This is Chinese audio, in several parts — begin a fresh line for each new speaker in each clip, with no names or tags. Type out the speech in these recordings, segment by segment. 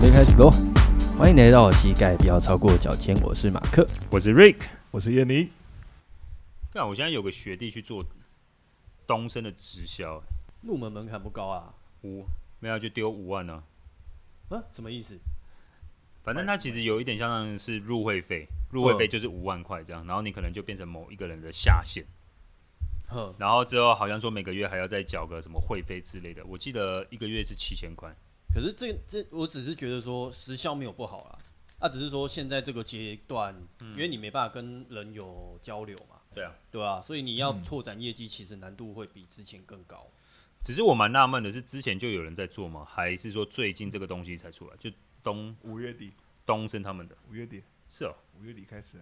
备开始喽！欢迎来到膝盖不要超过脚尖，我是马克。
我是 Rick。
我是燕妮。
那我现在有个学弟去做东升的直销，
入门门槛不高啊？
五没有就丢五万呢、
啊，什么意思？
反正他其实有一点相当于是入会费，入会费就是五万块这样，然后你可能就变成某一个人的下线，
哼，
然后之后好像说每个月还要再缴个什么会费之类的，我记得一个月是七千块。
可是这这，我只是觉得说时效没有不好啦，啊，只是说现在这个阶段，因为你没办法跟人有交流嘛，
嗯对啊，
对吧、所以你要拓展业绩，其实难度会比之前更高。
只是我蛮纳闷的是，之前就有人在做吗？还是说最近这个东西才出来？就东
五月底，
东升他们的
五月底，
是哦，
五月底开始。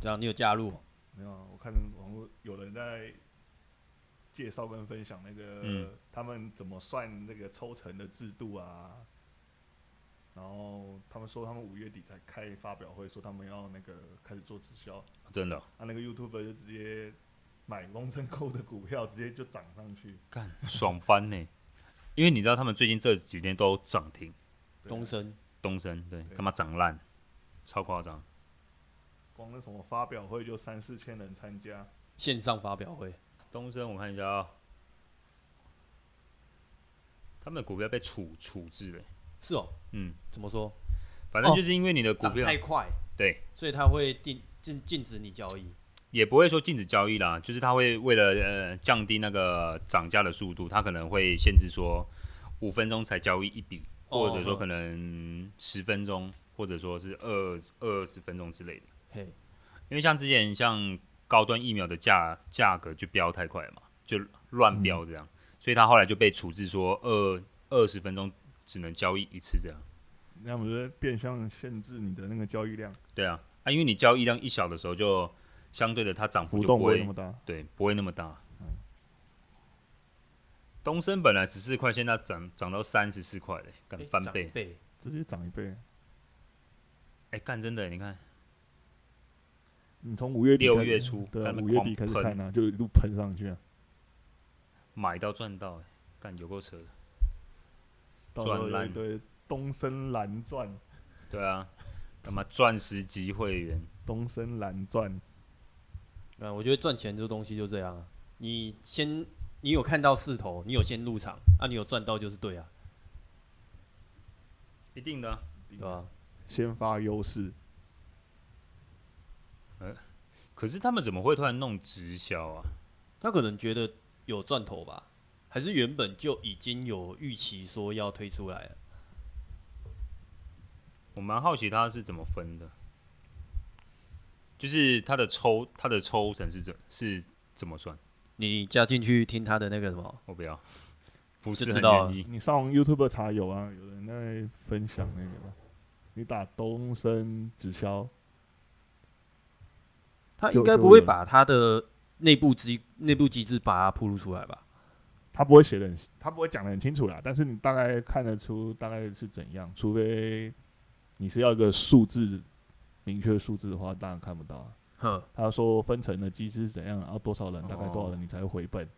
对啊，你有加入？
没有啊，我看网络有人在介绍跟分享那个、
嗯
他们怎么算那个抽成的制度啊。然后他们说他们五月底才开发表会，说他们要那个开始做直销。啊
真的哦
他、那个 YouTube 就直接买龙城扣的股票， 直接就涨上去。
干爽翻呢，因为你知道他们最近这几天都涨停。
对啊
东升，
东升，对，
对
干嘛涨烂？超夸张！
光那什么发表会就三四千人参加，
线上发表会，
东升，我看一下啊、他们的股票被处处置了，
是哦，
嗯，
怎么说？
反正就是因为你的股
哦涨
票、
太快，
对，
所以他会定禁禁止你交易。
也不会说禁止交易啦，就是他会为了呃降低那个涨价的速度，他可能会限制说五分钟才交易一笔，
哦
或者说可能十分钟，或者说是二二十分钟之类的。
嘿，
因为像之前像高端疫苗的价价格就飙太快了嘛，就乱飙这样，
嗯
所以他后来就被处置说二二十分钟只能交易一次这样。
那不是变相限制你的那个交易量，
对啊，啊，因为你交易量一小的时候，就相对的它涨幅
浮
就
动
不
不会那
会
么嗯大。
对不会那么大。东升本来十四块，现在涨涨到三十四块嘞，干
诶
翻
涨
倍
一！倍，
直接涨一倍。
哎、干真的，你看
你从五月底
六
开始
月初
对、
在
啊，
那边
五月底开
狂
始
喷
看啊，就一路喷上去啊，
买到赚到，干有够扯的。
到时候
赚
有
烂
一堆东升蓝钻，
对啊，干嘛钻石级会员？
东升蓝钻，
嗯，我觉得赚钱这东西就这样啊，你先你有看到势头，你有先入场，啊，你有赚到就是对啊，
一定的啊、
对吧、
先发优势，
可是他们怎么会突然弄直销啊？
他可能觉得有赚头吧，还是原本就已经有预期说要推出来了，
我蛮好奇他是怎么分的，就是他的抽他的抽成是怎是怎么算？
你加进去听他的那个什么，
我不要，不是
就
很
知道
愿意。
你上 YouTube 查有啊，有人在分享那个吧，你打东升直销，
他
就
应该
就
不会
有
把他的内部机内部机制把它铺露出来吧？
他不会写的，他不会讲的很清楚啦，但是你大概看得出大概是怎样，除非你是要一个数字明确数字的话，当然看不到啊。
哼，
他说分成的机制是怎样，然后多少人，大概多少
哦
人你才会回本，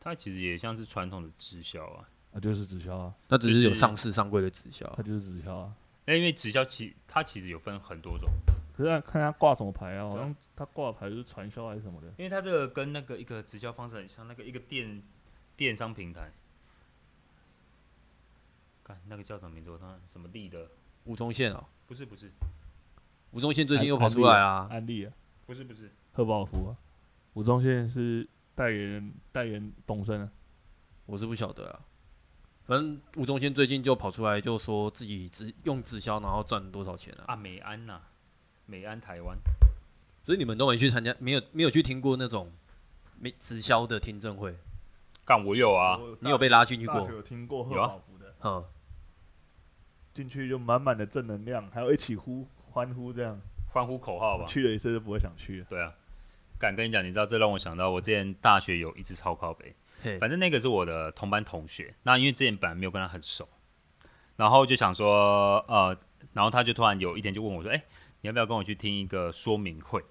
他其实也像是传统的直销啊，
那就是直销啊，
那只是有
就是
上市上柜的直销啊
他，就是直销啊。
那因为直销其它其实有分很多种，
可是看他挂什么牌啊，好像他挂的牌就是传销还是什么的。
因为它这个跟那个一个直销方式很像，那个一个电电商平台，干那个叫什么名字？我突然什么力的？
吴宗宪哦，
不是不是
吴宗宪最近
安
又跑
安
出
利
来
啊
啊，
安利啊，
不是不是，
贺宝福啊，吴宗宪是代言人，代言东升啊，
我是不晓得啊。反正吴宗宪最近就跑出来，就说自己直用直销，然后赚多少钱啊？
啊美安呐、美安台湾。
所以你们都没去参加，没有没有去听过那种没直销的听证会，
干我有啊，
你有被拉进去
大
过
学？有听过贺
有啊
宝福的，
嗯，
进去就满满的正能量，还有一起呼欢呼这样。
欢呼口号吧。
去了一次就不会想去了。
对啊，敢跟你讲，你知道这让我想到，我之前大学有一次超靠北，
嘿，
反正那个是我的同班同学，那因为之前本来没有跟他很熟，然后就想说，呃，然后他就突然有一天就问我说，哎、你要不要跟我去听一个说明会？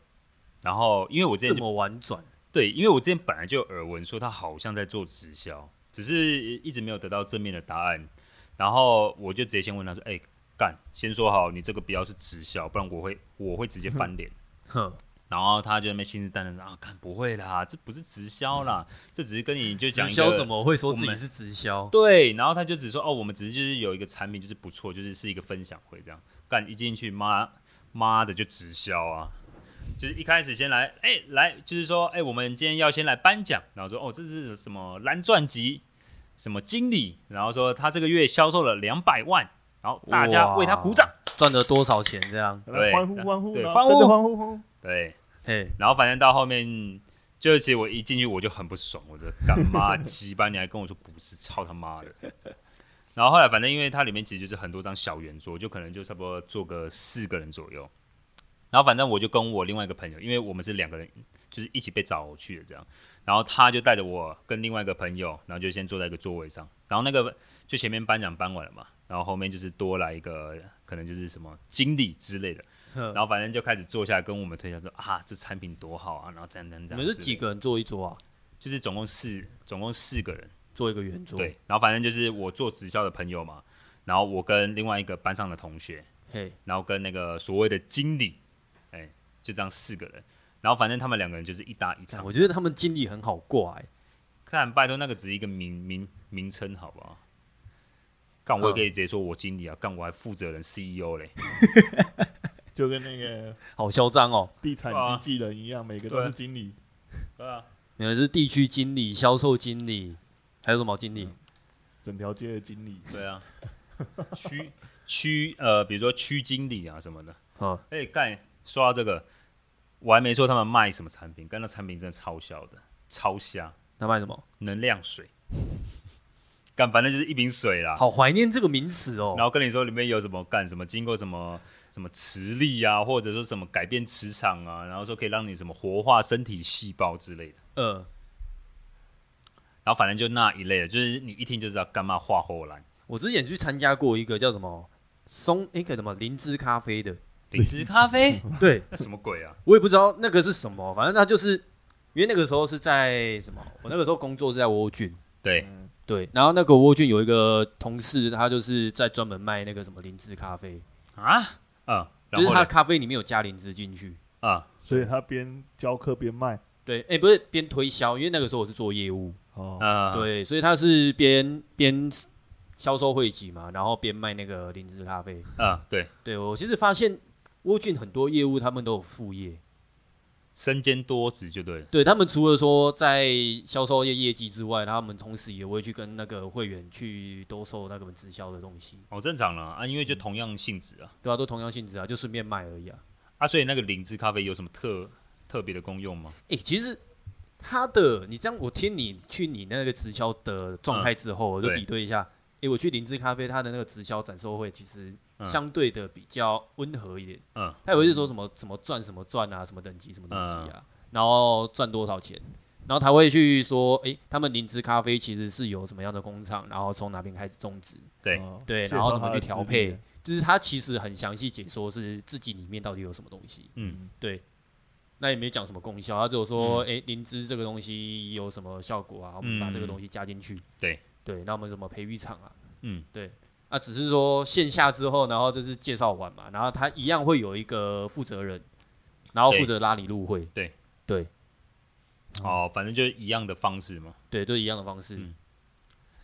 然后因为我之
这
前就
么婉转，
对，因为我之前本来就有耳闻说他好像在做直销，只是一直没有得到正面的答案。然后我就直接先问他说：“哎、干，先说好，你这个不要是直销，不然我会我会直 接翻脸。”
哼，
然后他就在那边信誓旦旦地说啊，看不会啦，这不是直销啦，这只是跟你就
嗯
讲
直
一
销
个
怎么会说
我
自己
们
是直销？
对，然后他就只说哦，我们只是就是有一个产品就是不错，就是是一个分享会这样。干一进去，妈妈的就直销啊，就是一开始先来，哎、来就是说，哎、我们今天要先来颁奖，然后说哦，这是什么蓝钻级什么经理，然后说他这个月销售了两百万，然后大家为他鼓掌，
赚了多少钱这样？
来
对啊
欢呼欢呼，
对
然后
欢呼
跟着欢呼欢呼。
对。
嘿，
然后反正到后面，就其实我一进去我就很不爽，我的干妈 鸡巴，你还跟我说不是，操他妈的！然后后来反正因为它里面其实就是很多张小圆桌，就可能就差不多坐个四个人左右。然后反正我就跟我另外一个朋友，因为我们是两个人，就是一起被找去的这样。然后他就带着我跟另外一个朋友，然后就先坐在一个座位上。然后那个就前面颁奖颁完了嘛，然后后面就是多来一个，可能就是什么经理之类的。
哼
然后反正就开始坐下来跟我们推销说啊，这产品多好啊，然后怎样怎 样
你
怎样。
们是几？个人坐一桌啊？
就是总共四，总共四个人。
做一个圆桌，
对，然后反正就是我做直销的朋友嘛，然后我跟另外一个班上的同学，
嘿，
然后跟那个所谓的经理，哎，就这样四个人。然后反正他们两个人就是一搭一
干
唱
我。觉得他们经理很好挂哎、
看，拜托那个只是一个名名名称，好不好？干，我也可以直接说我经理啊，干我还负责人 CEO 嘞。
就跟那个
好嚣张哦！
地产经纪人一样，每个都是
对
经理。
对啊，
你们是地区经理、销售经理，还有什么经理？
嗯
整条街的经理，
对啊，区区呃，比如说区经理啊什么的。
嗯，
哎、干，说到这个，我还没说他们卖什么产品，但那产品真的超销的，超瞎，
他卖什么？
能量水。干，反正就是一瓶水啦。
好怀念这个名词哦。
然后跟你说里面有什么干什么，经过什么什么磁力啊，或者说什么改变磁场啊，然后说可以让你什么活化身体细胞之类的。
呃，
然后反正就那一类的，就是你一听就知道干嘛画后来
我之前去参加过一个叫什么松那个什么灵芝咖啡的，
灵芝咖啡，
对
那什么鬼啊？
我也不知道那个是什么，反正它就是因为那个时候是在什么，我那个时候工作是在窝郡，
对，
对，然后那个窝郡有一个同事，他就是在专门卖那个什么灵芝咖啡，
啊，嗯，
就
然
是
后
他
呢
咖啡里面有加灵芝进去。
啊，
所以他边教课边卖。
对，哎、不是边推销，因为那个时候我是做业务，
哦，
嗯，
对，所以他是边边销售汇集嘛，然后边卖那个灵芝咖啡。
嗯，对，
对我其实发现沃郡很多业务他们都有副业，
身兼多职就对了。
对他们除了说在销售业业绩之外，他们同时也会去跟那个会员去兜售那个直销的东西，
哦，正常了啊，因为就同样性质啊，
对啊，都同样性质啊，就顺便卖而已啊。
啊，所以那个灵芝咖啡有什么特特别的功用吗？
诶，其实他的，你这样我听你去你那个直销的状态之后，我就
嗯对
比对一下。诶，我去灵芝咖啡，它的那个直销展售会其实
嗯
相对的比较温和一点。
嗯，嗯
它也会是说什么什么赚什么赚啊，什么等级什么等级啊，然后赚多少钱，然后他会去说，诶，他们灵芝咖啡其实是有什么样的工厂，然后从哪边开始种植，
对
哦
对
介
然后
绍
怎么
他的
去调
资
配
历啊
就是它其实很详细解说是自己里面到底有什么东西。
嗯，
对。那也没讲什么功效，他只有说，诶，灵芝这个东西有什么效果啊？我们把这个
嗯
东西加进去。
对
对，那我们怎么培育场啊？
嗯，
对。啊，只是说线下之后，然后这是介绍完嘛，然后他一样会有一个负责人，然后
对
负责拉你入会。
对
对
哦，反正就是一样的方式嘛。
对，都一样的方式。
嗯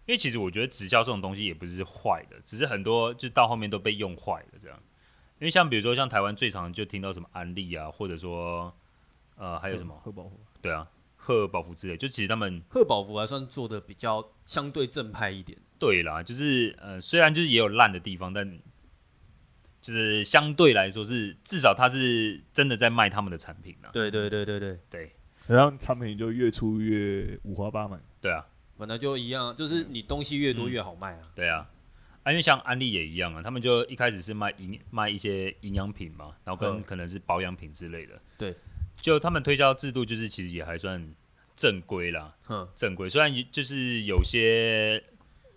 因为其实我觉得直销这种东西也不是坏的，只是很多就到后面都被用坏了这样。因为像比如说像台湾最常就听到什么安利啊，或者说呃还有什么
贺宝福
对啊，赫尔宝福之类，就其实他们
贺宝福还算做的比较相对正派一点。
对啦，就是呃虽然就是也有烂的地方，但就是相对来说是至少他是真的在卖他们的产品啊啦。
对对对对对，
对
然后产品就越出越五花八门。
对啊，
本来就一样，
嗯
就是你东西越多越好卖啊。
对啊，啊，因为像安利也一样啊，他们就一开始是卖营卖一些营养品嘛，然后跟
嗯
可能是保养品之类的。
对，
就他们推销制度就是其实也还算正规啦，
哼，
正规。虽然也就是有些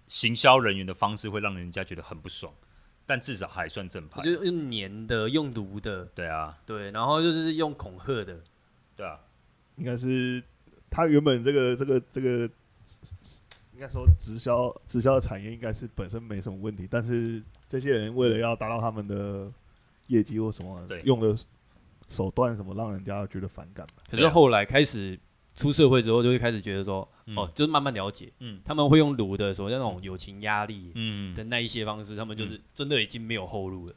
行销人员的方式会让人家觉得很不爽，但至少还算正派
我。就用粘的，用毒的，
对啊，
对，然后就是用恐吓的，
对啊，
应该是他原本这个这个这个应该说直销直销产业应该是本身没什么问题，但是这些人为了要达到他们的业绩或什么
对，
用的手段什么，让人家觉得反感吧。
可
对
是
啊
后来开始出社会之后，就会开始觉得说，
嗯
哦，就是慢慢了解，
嗯
他们会用卤的所谓那种友情压力
嗯，
的那一些方式，他们就是真的已经没有后路了。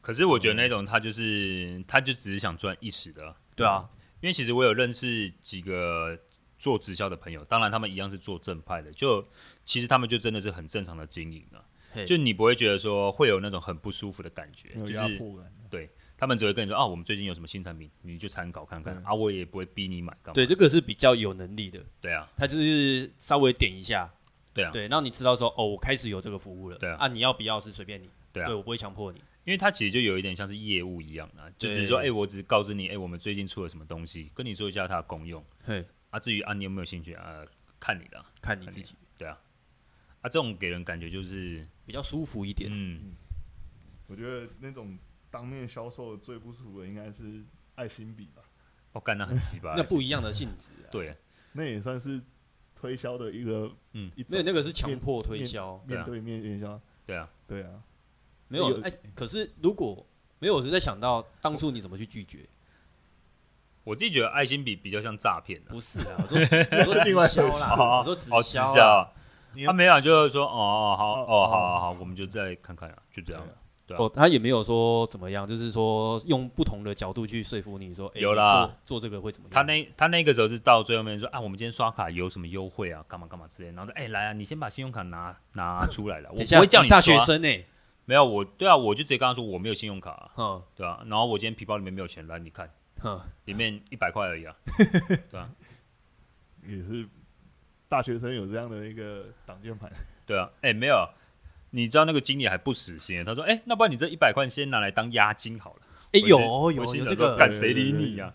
可是
嗯
我觉得那种他就是他就只是想赚一时的，
对啊，
因为其实我有认识几个做直销的朋友，当然他们一样是做正派的，就其实他们就真的是很正常的经营啊
嘿，
就你不会觉得说会有那种很不舒服的感觉，
没有
就
压
是
迫感，
他们只会跟你说啊，我们最近有什么新产品，你就参考看看
嗯
啊，我也不会逼你买干嘛，
对，这个是比较有能力的，
对啊，
他就是稍微点一下，
对啊，
对，让你知道说，哦，我开始有这个服务了，
对啊
你要不要是随便你，
对啊
我不会强迫你，
因为它其实就有一点像是业务一样啊，就只是说，哎、
对
我只告知你，哎、我们最近出了什么东西，跟你说一下它的功用
嘿，
啊。至于啊，你有没有兴趣啊，看你的啊。
看你自己
啊这种给人感觉就是，
比较舒服一点。
嗯，
我觉得那种当面销售最不舒服的应该是爱心笔吧，
哦，干那很奇 葩，
那不一样的性质、啊，
对，
那也算是推销的一个，
嗯
一种
那那个是强迫推销，
对啊
面对面营销，
对啊，
对啊，
没有
有
哎、可是如果没有，我是在想到当初你怎么去拒绝？
我自己觉得爱心笔比较像诈骗的，
不是啊，我 说我说直销啦，我说直
哦，直
销
销
啊，
啊，
你
他没有，就是说，哦哦好，
哦
哦
哦
好好好，我们就再看看啊，就这样
对。啊
对啊
哦，他也没有说怎么样，就是说用不同的角度去说服你说，哎，
有
你
啦
做，做这个会怎么样？
他那他那个时候是到最后面说啊，我们今天刷卡有什么优惠啊，干嘛干嘛之类的，然后说哎、来啊，你先把信用卡拿拿出来了，
等
我
一
不
下
会叫你
大学
刷
生欸呢，
没有，我对啊，我就直接跟他说我没有信用卡啊、
哼
对啊，然后我今天皮包里面没有钱，来你看，
哼，
里面一百块而已啊，
也是大学生有这样的一个挡箭牌，
对啊，哎、没有啊，你知道那个经理还不死心，他说，哎、那不然你这一百块先拿来当押金好了，
哎，有
我
哦
心
有
我心
有
想
这
说
个
干谁理你呀、啊？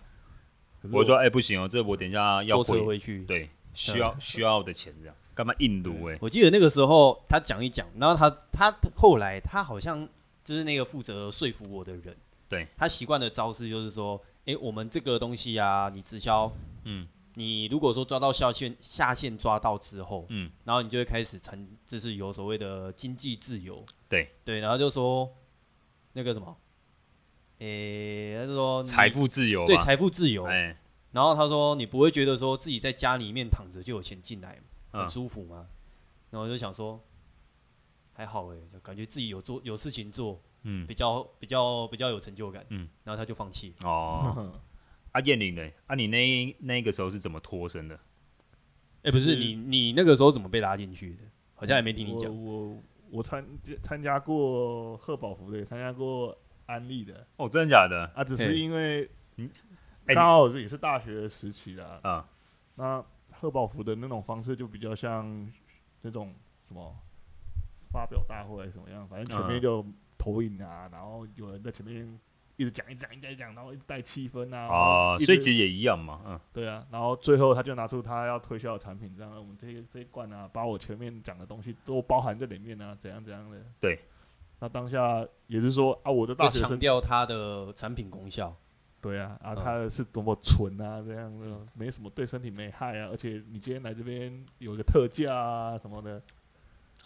可是
我说，哎、不行哦，这我等一下要
坐
回
车，回嗯去。
对，需要需要的钱这样，干嘛硬撸哎、
我记得那个时候他讲一讲，然后他他后来他好像就是那个负责说服我的人，
对
他习惯的招式就是说，哎，我们这个东西啊，你直销，
嗯，
你如果说抓到下线下线抓到之后，
嗯，
然后你就会开始成，就是有所谓的经济自由，
对
对，然后就说那个什么，诶、他就说你
财富自由
对
吧，
财富自由，
哎、
然后他说你不会觉得说自己在家里面躺着就有钱进来，很
嗯
舒服吗？然后我就想说，还好诶、就感觉自己有做有事情做，
嗯
比较比较比较有成就感，
嗯，
然后他就放弃，
哦， 啊燕玲呢？啊你那那个时候是怎么脱身的？
哎、不是
嗯
你你那个时候怎么被拉进去的？好像也没听你
我
讲，
我我参参加过贺宝福的，也参加过安利的
哦，真的假的？
啊，只是
嘿
因为
哎、
刚好也是大学时期啦。
啊。
那贺宝福的那种方式就比较像那种什么发表大会还是怎么样，反正前面
嗯
就投影啊，然后有人在前面一直讲一直讲一直讲一直讲，然后一直带气氛啊。
哦，所以其
实
实也一样嘛，嗯，
对啊，然后最后他就拿出他要推销的产品，这样哎我们这一这一罐啊，把我前面讲的东西都包含在里面啊，怎样怎样的。
对。
那当下也是说啊，我的
要
大学
强
生
调它的产品功效。
对啊，啊，
嗯
它的是多么纯啊，这样子没什么对身体没害啊，而且你今天来这边有个特价啊什么的，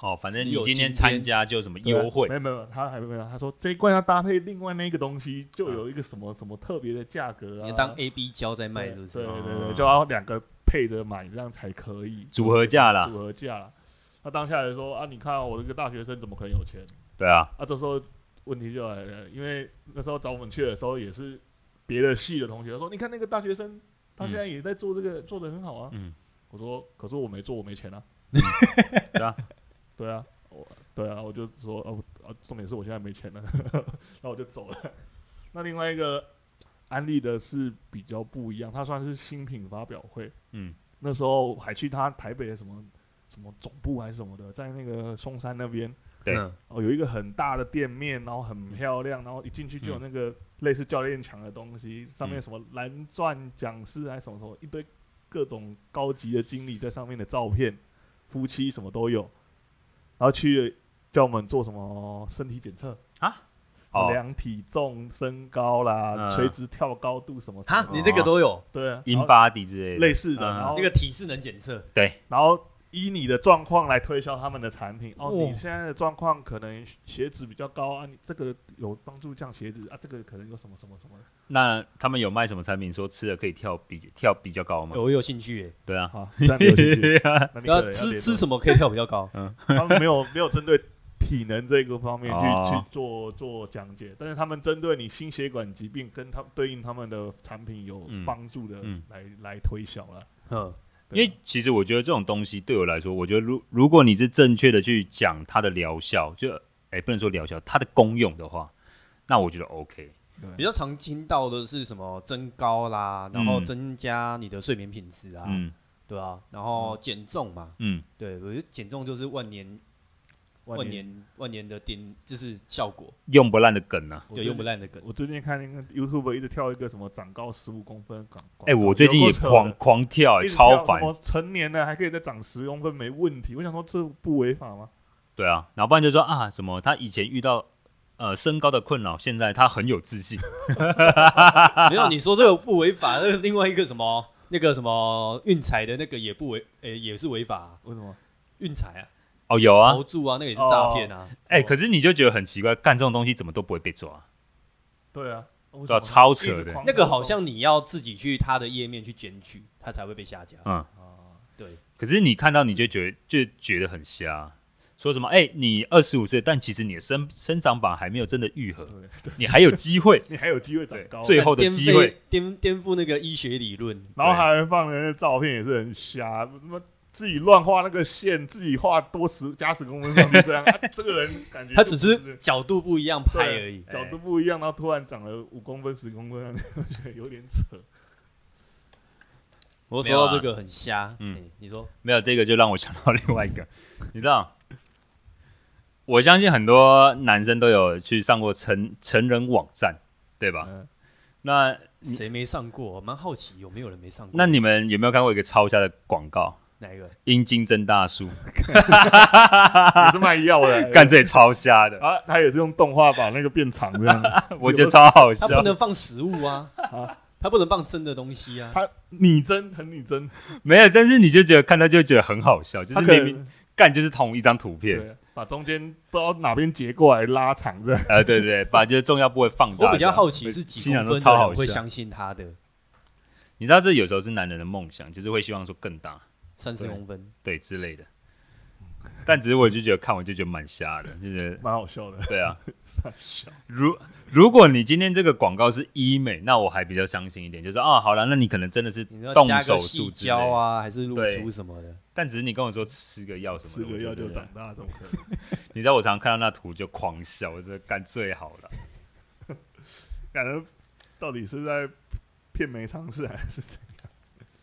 哦，反正你
只有
今天
今天
参加就有什么
对啊
优惠
没有没有，他还没有，他说这一罐要搭配另外那个东西，
嗯
就有一个什么什么特别的价格
你
啊，
当 A B 胶在卖
对
是嗯不是？
对对
哦
对，就要两个配着买，这样才可以
组合价啦，
组合价啦。他当下来说啊，你看我这个大学生怎么可能有钱？
对啊，
啊，这时候问题就来了，因为那时候找我们去的时候也是别的系的同学说，你看那个大学生，他现在也在做这个，做的很好啊。
嗯，
我说，可是我没做，我没钱啊。
对啊，
对啊，我对啊，我就说哦啊，重点是我现在没钱了， 那我就走了。 那另外一个安利的是比较不一样，它算是新品发表会。
嗯，
那时候还去他台北的什么什么总部还是什么的，在那个松山那边
对
嗯
哦，有一个很大的店面，然后
嗯
很漂亮，然后一进去就有那个类似教练墙的东西，上面
嗯
什么蓝钻讲师还是什么什么，一堆各种高级的经理在上面的照片，夫妻什么都有，然后去了叫我们做什么身体检测，
哦，
量体重、身高啦、
嗯
垂直跳高度什么什
哈
么，
你这个都有，哦
对啊，
英
然后
巴迪之类的，
类似的，
嗯
然后
那个体适能检测，
然后依你的状况来推销他们的产品。哦，
哦
你现在的状况可能血脂比较高啊，你这个有帮助降血脂啊，这个可能有什么什么什么。
那他们有卖什么产品说吃了可以跳比跳比较高吗
欸？我有兴趣耶、
对啊，
好，这样有兴趣那你
然
可
后
能
吃
列
吃
入
什么可以跳比较高？
他们没有没有针对体能这个方面去、
哦
去做做讲解，但是他们针对你心血管疾病跟他对应他们的产品有
嗯
帮助的
嗯
来、来推销了。
嗯，
因为其实我觉得这种东西对我来说，我觉得如如果你是正确的去讲它的疗效，就哎、不能说疗效，它的功用的话，那我觉得 OK。
比较常听到的是什么增高啦，然后增加你的睡眠品质啊，
嗯
对啊，然后减重嘛，
嗯，
对我觉得减重就是万年万
万年，
年万年的顶，就是效果，
用不烂的梗呢、
我
对，
最
用不烂的 梗。
我最近看那个 YouTube 一直跳一个什么长高十五公分广，
哎、我最近也狂狂跳、哎超
烦
烦。。
成年了还可以再长十公分没问题，我想说这不违法吗？
对啊，然后不然就说啊什么，他以前遇到呃身高的困扰，现在他很有自信。
没有你说这个不违法，那个另外一个什么那个什么运彩的那个也不违，诶、也是违法啊、
为什么？
运彩啊，
哦，有啊
投，注啊，那个也是诈骗啊。
哎、可是你就觉得很奇怪，干这种东西怎么都不会被抓？
对啊，为什
对啊
么
超扯的
一直狂
那个好像你要自己去他的页面去检举，他才会被下架。
嗯，
啊，
对，
可是你看到你就觉得就觉得很瞎，说什么哎、你二十五岁，但其实你的生生长板还没有真的愈合，
对，。
你还有机会
你还有机会长高。
最后的
颠
机会
覆颠颠覆那个医学理论，
然后还放人的照片也是很瞎，他妈自己乱画那个线，自己画多十加十公分上去这样、 啊，这个人
嗯
感觉
他
就
只
不啊
是角度不一样拍而已。
哎
角度不一样，然后突然长了五公分、十公分， 我觉得有点扯。
我
没有
说
啊
这个很瞎，
嗯
嗯，你说
没有这个就让我想到另外一个， 你知道，我相信很多男生都有去上过成成人网站，对吧？
嗯
那
谁没上过？我蛮好奇有没有人没上过。
那你们有没有看过一个超瞎的广告？
哪一个？
阴茎增大术，
也是卖药的，
干这也超瞎 的，
啊，他也是用动画把那个变长这样。
我觉得超好
他不
笑。
能放食物啊，他不能放生的东西啊。
他拟真很拟真，
没有，但是你就觉得看到就觉得很好笑，就
他
是
可
明明
能
干就是同一张图片，
对把中间不知道哪边截过来拉长这样。
呃，对对，对把就是重要部位放大。
我比较好奇是几
新娘
公
都
分的
超好
人会
笑。
相信他的
你知道这有时候是男人的梦想，就是会希望说更大，
三十
对
公分，
对之类的。但只是我就觉得看我就觉得蛮瞎的，就是
蛮好笑的，
对 啊。
傻笑。
如如果你今天这个广告是医美，那我还比较相信一点，就是哦，好了，那你可能真的是
你要
动
加
手
个
术
细
之类的
胶啊，还是露
对
出什么的？
但只是你跟我说吃个药什么的，
吃个
我
药
觉
就
得
长大，怎么可能？
你知道我常常看到那图就狂笑，我觉得干最好了。
感觉到底是在骗没尝试还是怎样？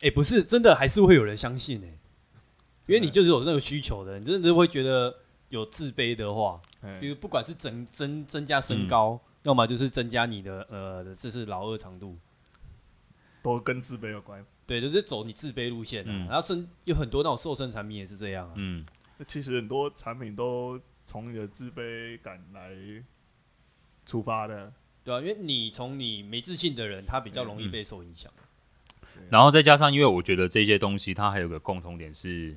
哎、不是，真的还是会有人相信哎、因为你就是有那个需求的，你真的会觉得有自卑的话，
哎
比如不管是增增增加身高，要么就是增加你的呃，这是老二长度，
都跟自卑有关。
对，就是走你自卑路线啊。
嗯
然后身有很多那种瘦身产品也是这样啊，
嗯，
那其实很多产品都从你的自卑感来出发的，
对啊，因为你从你没自信的人，他比较容易
嗯
被受影响。
然后再加上，因为我觉得这些东西它还有个共同点是，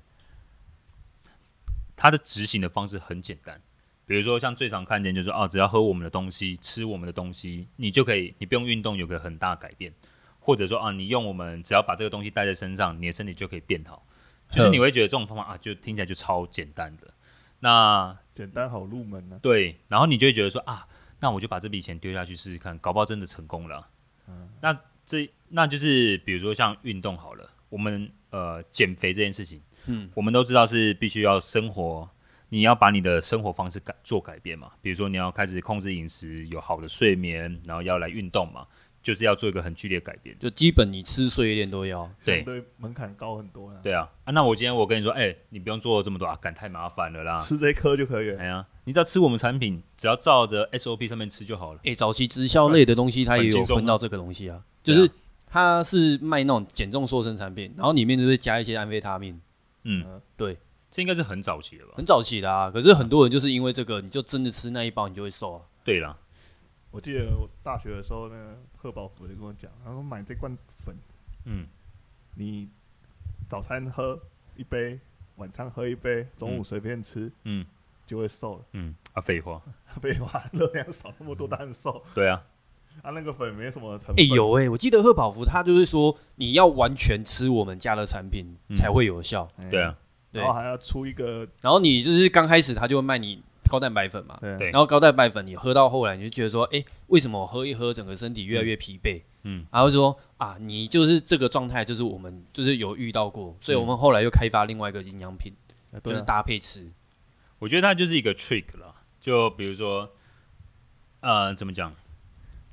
它的执行的方式很简单。比如说，像最常看见就是哦，只要喝我们的东西，吃我们的东西，你就可以，你不用运动，有个很大改变。或者说啊，你用我们只要把这个东西带在身上，你的身体就可以变好。就是你会觉得这种方法啊，就听起来就超简单的。那
简单好入门啊呢、
对，然后你就会觉得说啊，那我就把这笔钱丢下去试试看，搞不好真的成功了。啊那这那就是比如说像运动好了，我们呃减肥这件事情，
嗯，
我们都知道是必须要生活，你要把你的生活方式改做改变嘛，比如说你要开始控制饮食，有好的睡眠，然后要来运动嘛，就是要做一个很剧烈的改变。
就基本你吃碎一点都要，
对
相对门槛高很多啊。
对啊，啊那我今天我跟你说，哎、你不用做这么多啊，感太麻烦了啦。
吃这一颗就可以了。
哎呀，你只要吃我们产品，只要照着 SOP 上面吃就好了。
哎、早期直销类的东西，它也
很轻
有
松
分
啊
到这个东西啊，就
对啊
是它是卖那种减重瘦身产品，然后里面就会加一些安非他命，
嗯，
对，
这应该是很早期了吧？
很早期的啊。可是很多人就是因为这个，你就真的吃那一包，你就会瘦啊。
对啦，
我记得我大学的时候，那个贺宝福就跟我讲，他说买这罐粉，
嗯，
你早餐喝一杯，晚餐喝一杯，中午
嗯
随便吃
嗯
就会瘦了。
嗯啊，废话，
废话，热量少那么多，当然 瘦。
对啊，
啊，那个粉没什么成
哎、
分，
有哎、我记得贺宝福他就是说，你要完全吃我们家的产品
嗯
才会有效。
哎
对，啊，
对
然后还要出一个
然后你就是刚开始他就会卖你高蛋白粉嘛，
对啊
对
然后高蛋白粉你喝到后来你就觉得说，哎、为什么我喝一喝整个身体越来越疲惫？
嗯，
然后就说啊，你就是这个状态，就是我们就是有遇到过，所以我们后来又开发另外一个营养品，
啊
就
对
是
啊，
搭配吃。
我觉得它就是一个 trick 了。就比如说，呃，怎么讲？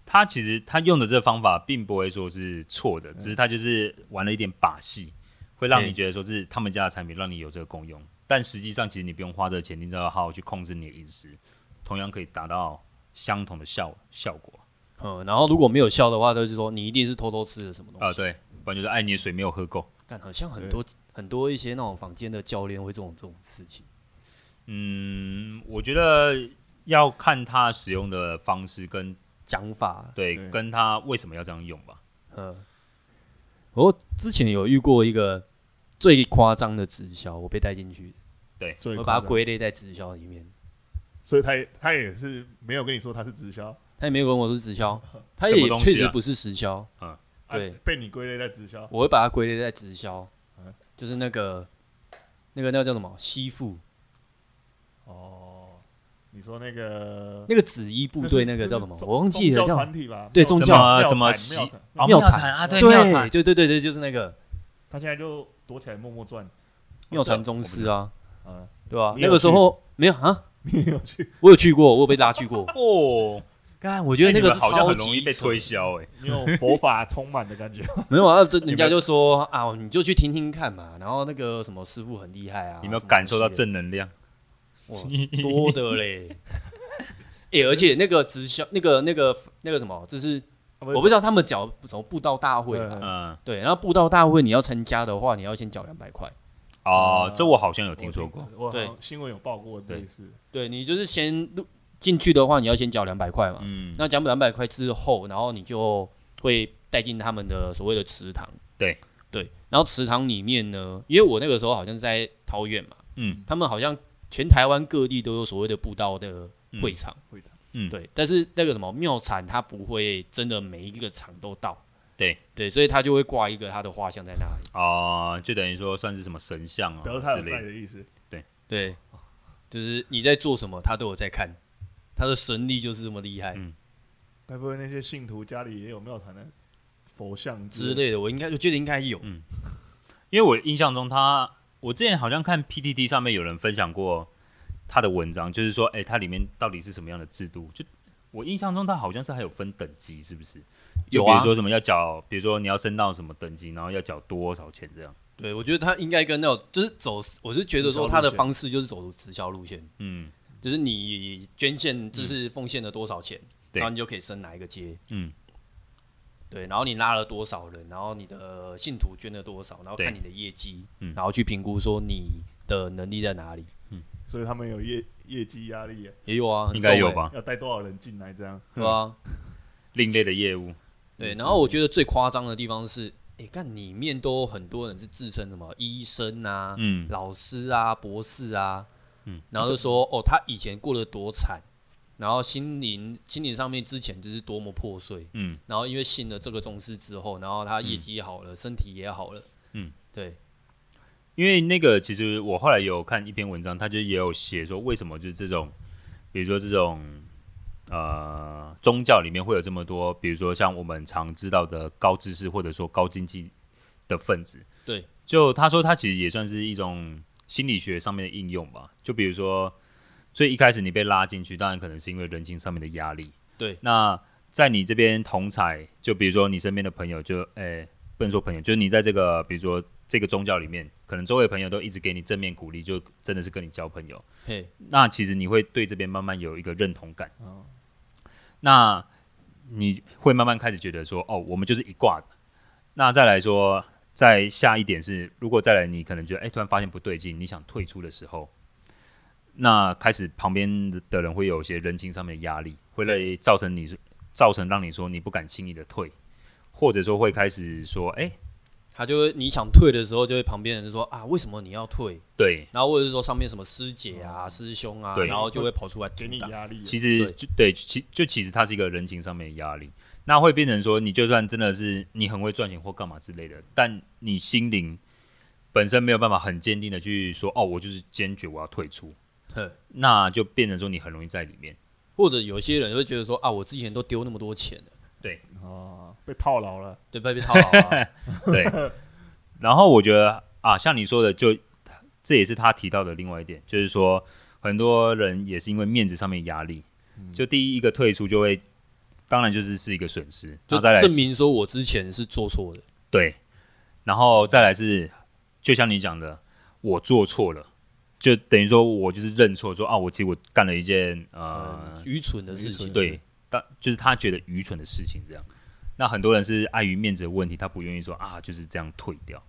他其实他用的这个方法并不会说是错的，只是他就是玩了一点把戏，会让
嗯
你觉得说是他们家的产品让你有这个功用，但实际上其实你不用花这个钱，你只要好好去控制你的饮食，同样可以达到相同的效效果
嗯，然后如果没有效的话，他就是说你一定是偷偷吃了什么东
啊、
西。
对，不然就是哎，你的水没有喝够。
但好像很多很多一些那种坊间的教练会这种这种事情。
嗯，我觉得要看他使用的方式跟
讲法。
对
对
跟他为什么要这样用吧。
嗯，我之前有遇过一个最夸张的直销，我被带进去，
最
我把
夸
它
张，
归类在直销里面。
所以他也他也是没有跟你说他是直销，
他也没有跟我说是直销， 他
什么
也
东西
确
啊
实不是直销，
啊
对
被你归类在直销，
我会把它归类在直销
嗯，
就是那个那个那个叫什么吸附，
哦，你说那个
那个紫衣部队那个叫什么，我忘记了
宗教
叫
团体吧？
对
宗
宗
什
教
么
教
什么
产
习
庙
哦
产
妙
妙
产
产啊，对妙
对
产，。
对对对对，就是那个
他现在就躲起来默默赚，
妙传宗师啊，
啊，
对吧？
你有
那个时候没有啊，
你有去？
我有去过，我有被拉去过
哦，
看，我觉得那个
哎你们
是
好像
超
很容易
级
被
扯
推销哎，
你有佛法充满的感觉，
没有啊，这人家就说啊，你就去听听看嘛。然后那个什么师傅很厉害啊，
有没有
什么
感受到
东西
正能量？
的？哇多的嘞！ 哎、而且那个直销，那个那个那个什么，就是我不知道他们缴什么布道大会啦。
嗯
嗯，
对，啊然后布道大会你要参加的话，你要先缴两百块。
哦
啊，
嗯
这我好像有
我
听说过，，
我好
对
像新闻有报过类似，
对你就是先入进去的话，你要先缴两百块嘛。
嗯，
那缴两百块之后，然后你就会带进他们的所谓的祠堂。
对
对，然后祠堂里面呢，因为我那个时候好像是在桃园嘛，
嗯，
他们好像全台湾各地都有所谓的布道的会场，
会场
嗯
对，但是那个什么庙产，它不会真的每一个场都到，
对
对，所以他就会挂一个他的画像在那里，
哦，就等于说算是什么神像
表示
啊
他
之
有在
类的，
的意思。
对，就是你在做什么，他都有在看，他的神力就是这么厉害
嗯
该不会那些信徒家里也有庙坛的佛像
之？类的，我应该我觉得应该有，
因为我印象中他，我之前好像看 PTT 上面有人分享过他的文章，就是说，哎、它里面到底是什么样的制度？就我印象中，它好像是还有分等级，是不是？就
有
比
啊
如说什么要缴，比如说你要升到什么等级，然后要缴多少钱这样。
对我觉得他应该跟那种就是走，我是觉得说他的方式就是走直销路线，
嗯
就是你捐献就是奉献了多少钱，
对
然后你就可以升哪一个阶，
嗯，
对，然后你拉了多少人，然后你的信徒捐了多少，然后
对
看你的业绩，
嗯
然后去评估说你的能力在哪里。
所以他们有业业绩压力耶，
也有啊，很
应该
重
有
欸？
吧？嗯
要带多少人进来这样？
对啊，
另类的业务，嗯
对。然后我觉得最夸张的地方是，哎，看里面都很多人是自称什么医生啊、
嗯，
老师啊、博士啊，
嗯，
然后就说哦，他以前过得多惨，然后心灵心灵上面之前就是多么破碎，
嗯，
然后因为信了这个宗师之后，然后他业绩好了，身体也好了，
嗯，
对，
因为那个其实我后来有看一篇文章，他就也有写说为什么就是这种，比如说这种呃宗教里面会有这么多，比如说像我们常知道的高知识或者说高经济的分子。
对，
就他说他其实也算是一种心理学上面的应用吧。就比如说最一开始你被拉进去，当然可能是因为人性上面的压力。
对，
那在你这边同才，就比如说你身边的朋友就，诶不能说朋友，就是你在这个比如说这个宗教里面，可能周围朋友都一直给你正面鼓励，就真的是跟你交朋友。
嘿，
那其实你会对这边慢慢有一个认同感，
哦
那你会慢慢开始觉得说，哦，我们就是一挂的。那再来说，再下一点是，如果再来你可能觉得，哎、突然发现不对劲，你想退出的时候，那开始旁边的人会有一些人情上面的压力，会来造成你造成让你说你不敢轻易的退，或者说会开始说，哎、
他就会你想退的时候，就会旁边人就说啊，为什么你要退？
对，
然后或者是说上面什么师姐啊、师兄啊，
哦对
然后就会跑出来
给
阻
你
挡。
压力啊。
其实
对
就对，其就其实它是一个人情上面的压力，那会变成说，你就算真的是你很会赚钱或干嘛之类的，但你心灵本身没有办法很坚定的去说，哦，我就是坚决我要退出，
哼
那就变成说你很容易在里面。
或者有些人会觉得说啊，我之前都丢那么多钱了，
哦，被套牢了，
对， 被被套牢啊。
对，然后我觉得啊，像你说的，就这也是他提到的另外一点，就是说很多人也是因为面子上面的压力，
嗯
就第一个退出就会，当然就是是一个损失，然
就
后再来
证明说我之前是做错的。
对，然后再来是，就像你讲的，我做错了，就等于说我就是认错，说啊，我其实我干了一件呃
嗯，，愚蠢的事
愚
情。
蠢
对，但就是他觉得愚蠢的事情这样。那很多人是碍于面子的问题，他不愿意说啊，就是这样退掉。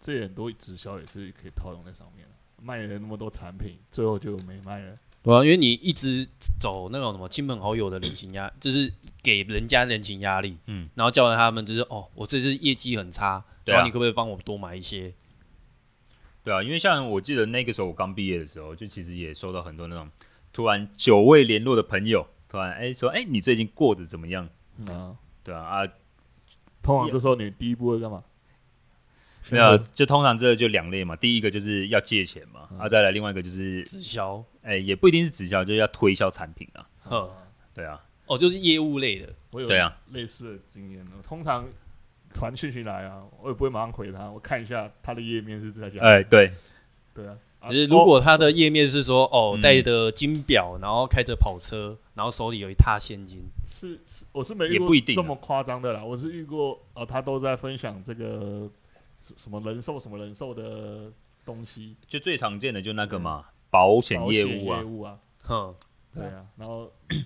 这很多直销也是可以套用在上面了。啊卖了那么多产品，最后就没卖了。
对啊，因为你一直走那种什么亲朋好友的人情压， 就是给人家人情压力，
嗯，
然后叫了他们就是哦，我这次业绩很差，
对啊
然后你可不可以帮我多买一些？
对啊，因为像我记得那个时候我刚毕业的时候，就其实也收到很多那种突然久未联络的朋友，突然哎、说哎、你最近过得怎么样？
啊，
对啊啊，
通常这时候你第一步会干嘛？
没有，啊就通常这就两类嘛。第一个就是要借钱嘛，
嗯
啊，再来另外一个就是，
直销，
哎、也不一定是直销，就是要推销产品啊。
呵，
对啊，
哦，就是业务类的，
我有
对啊
类似的经验。我通常传讯息来啊，我也不会马上回他，我看一下他的页面是在讲。
哎、对，
对啊，啊
就是如果他的页面是说哦
嗯
戴着金表，然后开着跑车，然后手里有一沓现金，
是是，我是没遇
也
过
不一定啊
这么夸张的啦。我是遇过呃，他都在分享这个什什么人寿什么人寿的东西，
就最常见的就那个嘛，
嗯
保险
保
业
险
务啊
业，务啊，
哼，
对啊，然后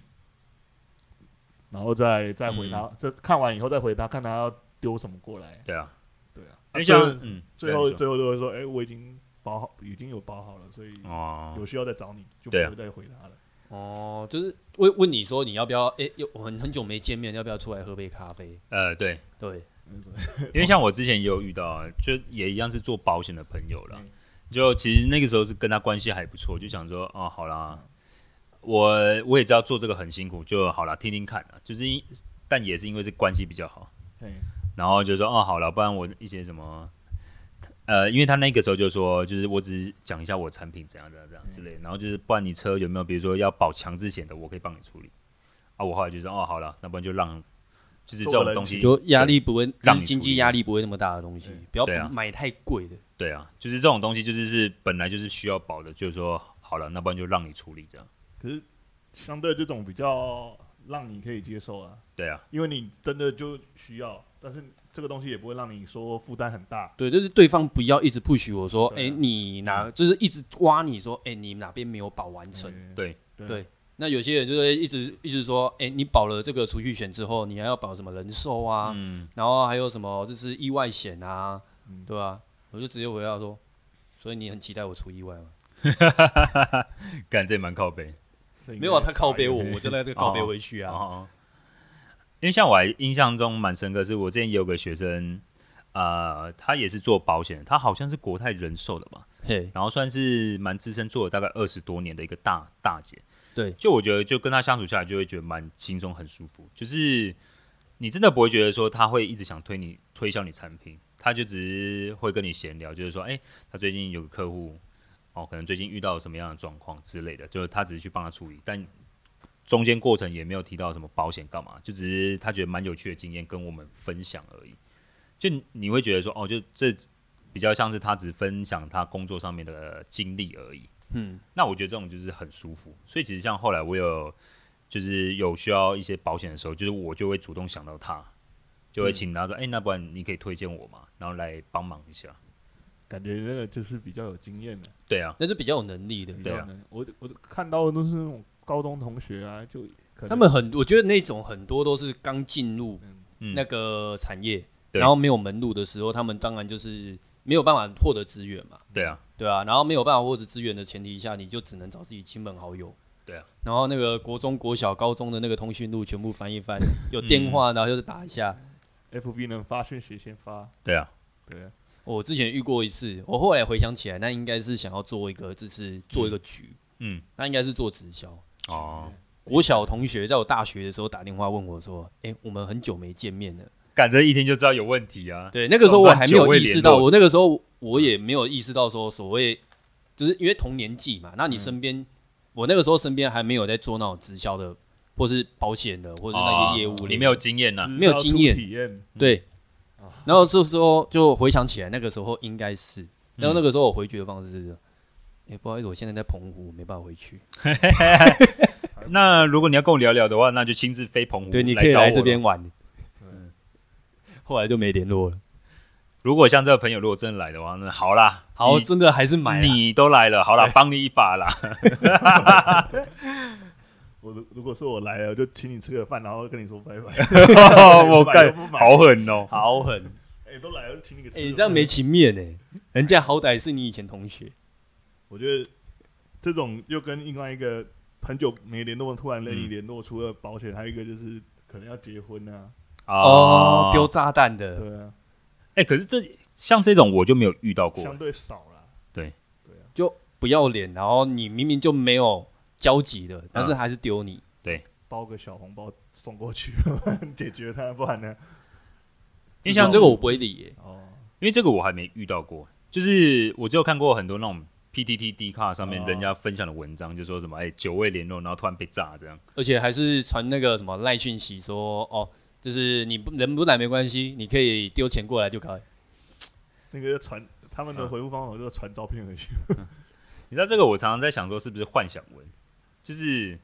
然后再再回他，这看完以后再回他，看他要丢什么过来。
嗯对啊，
对啊，
因为
啊
像、
最后
嗯，
最
啊
对
后
你说
最后都会说，哎，我已经包好，已经有包好了，所以
哦，
有需要再找你，就不
对啊
会再回他了。
哦，就是问问你说你要不要？哎，有我们很久没见面，要不要出来喝杯咖啡？
呃，对，
对，
那种
因为像我之前也有遇到啊，就也一样是做保险的朋友啦。
嗯
就其实那个时候是跟他关系还不错，就想说哦，好啦，我我也知道做这个很辛苦，就好啦，听听看啊，就是因但也是因为是关系比较好，
嘿
然后就说哦，好了，不然我一些什么。呃，因为他那个时候就说，就是我只是讲一下我产品怎样怎样怎样之类的，然后就是不然你车有没有，比如说要保强制险的，我可以帮你处理。啊，我后来就说哦，好了，那不然就让，就是这
做
种
人
东
情
西
就压力不会，就
让你
是经
处理
济压力不会那么大的东西，不要
对啊
买太贵的。
对啊，就是这种东西，就是是本来就是需要保的，就是说好了，那不然就让你处理这样。
可是相对这种比较让你可以接受啊，
对啊，
因为你真的就需要，但是这个东西也不会让你说负担很大。
对，就是对方不要一直不许我说，哎、
对啊
你哪就是一直挖你说，哎、你哪边没有保完成。
嗯
对
对那有些人就会一直一直说，哎、你保了这个储蓄险之后，你还要保什么人寿啊，
嗯，
然后还有什么就是意外险啊，
嗯
对吧、我就直接回答说，所以你很期待我出意外吗？
干这也蛮靠背。
这应该
没有啊，
是
他靠背我
傻，眼
我就在这告别回去啊。
哦，因为像我还印象中蛮深刻，是我之前也有个学生，呃，他也是做保险的，他好像是国泰人寿的吧，
嘿，
然后算是蛮资深，做了大概二十多年的一个大大姐。
对
就我觉得，就跟她相处下来，就会觉得蛮轻松、很舒服。就是你真的不会觉得说她会一直想推你、推销你产品，她就只是会跟你闲聊，就是说，哎、她最近有个客户，哦，可能最近遇到什么样的状况之类的，就是她只是去帮她处理，但中间过程也没有提到什么保险干嘛，就只是她觉得蛮有趣的经验跟我们分享而已。就你你会觉得说，哦，就这比较像是他只分享他工作上面的经历而已。
嗯，
那我觉得这种就是很舒服。所以其实像后来我有就是有需要一些保险的时候，就是我就会主动想到他，就会请他
嗯
说：“哎、那不然你可以推荐我嘛，然后来帮忙一下。
感觉那个就是比较有经验的。”
对啊，
那是比较有能力的，
比
对啊
较能，我我看到的都是那种高中同学啊，就可能
他们很，我觉得那种很多都是刚进入
嗯，
那个产业，
对
然后没有门路的时候，他们当然就是没有办法获得资源嘛，
对啊，
对啊，然后没有办法获得资源的前提下，你就只能找自己亲朋好友。
对啊，
然后那个国中、国小、高中的那个通讯录
嗯
全部翻一翻，有电话然后就是打一下，
FB 能发讯息先发，
对啊，
对啊，
哦我之前遇过一次，我后来回想起来，那应该是想要做一个，就是做一个局，
嗯，
那应该是做直销。
哦，
国小同学在我大学的时候打电话问我说：“哎、我们很久没见面了。
赶着一听就知道有问题啊”。
对，那个时候我还没
久
有
未
意识
联
到，
络
我那个时候我也没有意识到说所谓，就是因为同年纪嘛，那
嗯
你身边，我那个时候身边还没有在做那种直销的，或是保险的，或是那
哦
些业务类的、
你没有哦经验啊呐、
直
没有
销
经
出
验
体验，
对，然后这时候就回想起来，那个时候应该是，
嗯
然后那个时候我回去的方式是，哎、不好意思，我现在在澎湖，我没办法回去。
那如果你要跟我聊聊的话，那就亲自飞澎湖
对，你可以
嗯找
来
我
这边
咯。
玩。后来就没联络了。
如果像这个朋友如果真的来的话，那好啦，
好，
你
真的还是买啦
你都来了，好啦，帮你一把啦。
我如如果说我来了，我就请你吃个饭，然后跟你说拜拜。
哦 我
买都
干
不，买
好狠哦！
好 狠！
哎、都来了，请你个吃
哎、
个饭。
你这样没情面呢、人家好歹是你以前同学，
我觉得这种又跟另外一个很久没联络，突然跟你联络，除了保险，还有一个就是可能要结婚啊，
哦，丢炸弹
呃
的，
对啊，
哎，可是这像这种我就没有遇到过，
相对少啦。
对
对啊，
就不要脸，然后你明明就没有交集的，
嗯
但是还是丢你。
包个小红包送过去， 解决它，不然呢？
因为像
这个我不会理耶、
哦，
因为这个我还没遇到过，就是我只有看过很多那种 PTT D 卡上
啊
面
哦
人家分享的文章，就说什么哎久未联络，然后突然被炸这样。
而且还是传那个什么赖讯息说，哦，就是你不人不来没关系，你可以丢钱过来就可以。
那个就传他们的回复方法就是传照片回去，
你知道这个我常常在想说是不是幻想文，就是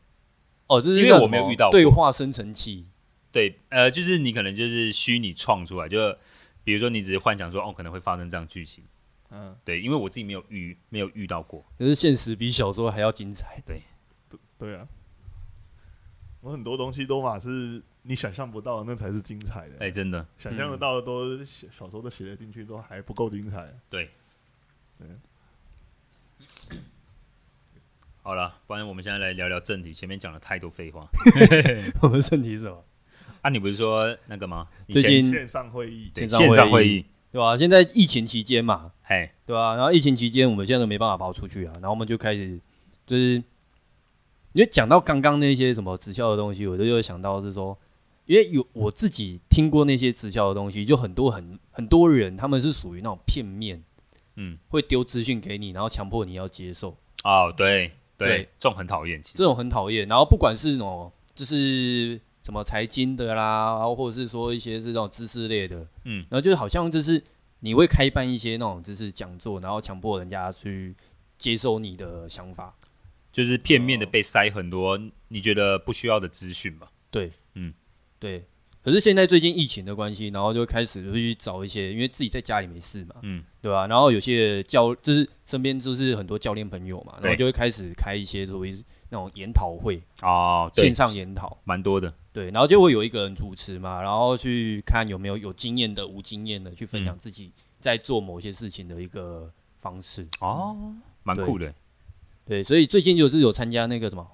哦，这是
因为
那个
我
什
没有
么
遇到过
对话生成器，
对呃，就是你可能就是虚拟创出来，就比如说你只是幻想说哦可能会发生这样剧情，
嗯，
对，因为我自己没有遇没有遇到过，
可是现实比小说还要精彩。
对啊。我很多东西都嘛是你想象不到的，那才是精彩的。
哎真的，
想象得到的都小小时候都写得进去，都还不够精彩。
嗯好了，不然我们现在来聊聊正题，前面讲了太多 废话。
我们正题是什么？
啊，你不是说那个吗？你
最
前
近
线上会议，
对
线上
线上
会
会
议
议，
对吧、现在疫情期间嘛，
哎，
对吧、然后疫情期间，我们现在都没办法跑出去啊，然后我们就开始就是，因为讲到刚刚那些什么直销的东西，我就又想到是说，因为有我自己听过那些直销的东西，就很多很很多人他们是属于那种片面，
嗯，
会丢资讯给你，然后强迫你要接受，
哦，对对
对，
这种很讨厌，其
这
实
种很讨厌。然后不管是那种就是什么财经的啦，或者是说一些是这种知识类的，
嗯，
然后就是好像就是你会开办一些那种就是讲座，然后强迫人家去接受你的想法。
就是片面的被塞很多你觉得不需要的资讯吧。
嗯
嗯
对，可是现在最近疫情的关系，然后就开始就去找一些，因为自己在家里没事嘛，
嗯，
对吧、然后有些教就是身边就是很多教练朋友嘛，然后
对
就会开始开一些所谓那种研讨会，
哦，对
线，上研讨。
蛮多的。
对，然后就会有一个人主持嘛，然后去看有没有有经验的、无经验的去分
嗯
享自己在做某些事情的一个方式。
哦，蛮酷的。
对，所以最近就是有参加那个什么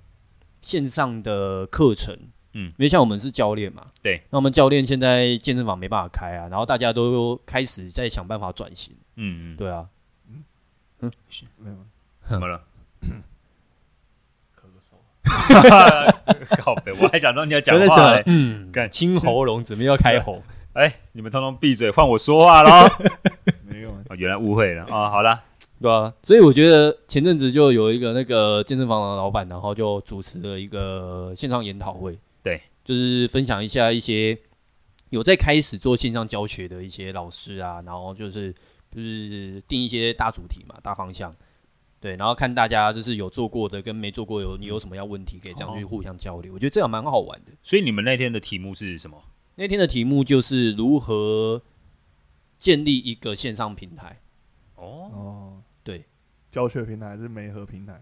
线上的课程，
嗯
因为像我们是教练嘛，
对，
那我们教练现在健身房没办法开啊，然后大家都开始在想办法转型。
嗯嗯，
对啊，
没有吗
怎么了？
咳个嗽。
靠北，我还想到你要讲
真的
话嘞
是。嗯
干，
清喉咙准备要开喉，
哎，你们通通闭嘴，换我说话喽。
没有啊，
哦，原来误会了啊。好啦，
对啊，所以我觉得前阵子就有一个那个健身房的老板，然后就主持了一个线上研讨会，
对，
就是分享一下一些有在开始做线上教学的一些老师啊，然后就是就是定一些大主题嘛，大方向，对，然后看大家就是有做过的跟没做过有你有什么样问题，可以这样去
哦
互相交流，我觉得这样蛮好玩的。
所以你们那天的题目是什么？
那天的题目就是如何建立一个线上平台。
哦，
哦，
对，
教学平台还是媒合平台？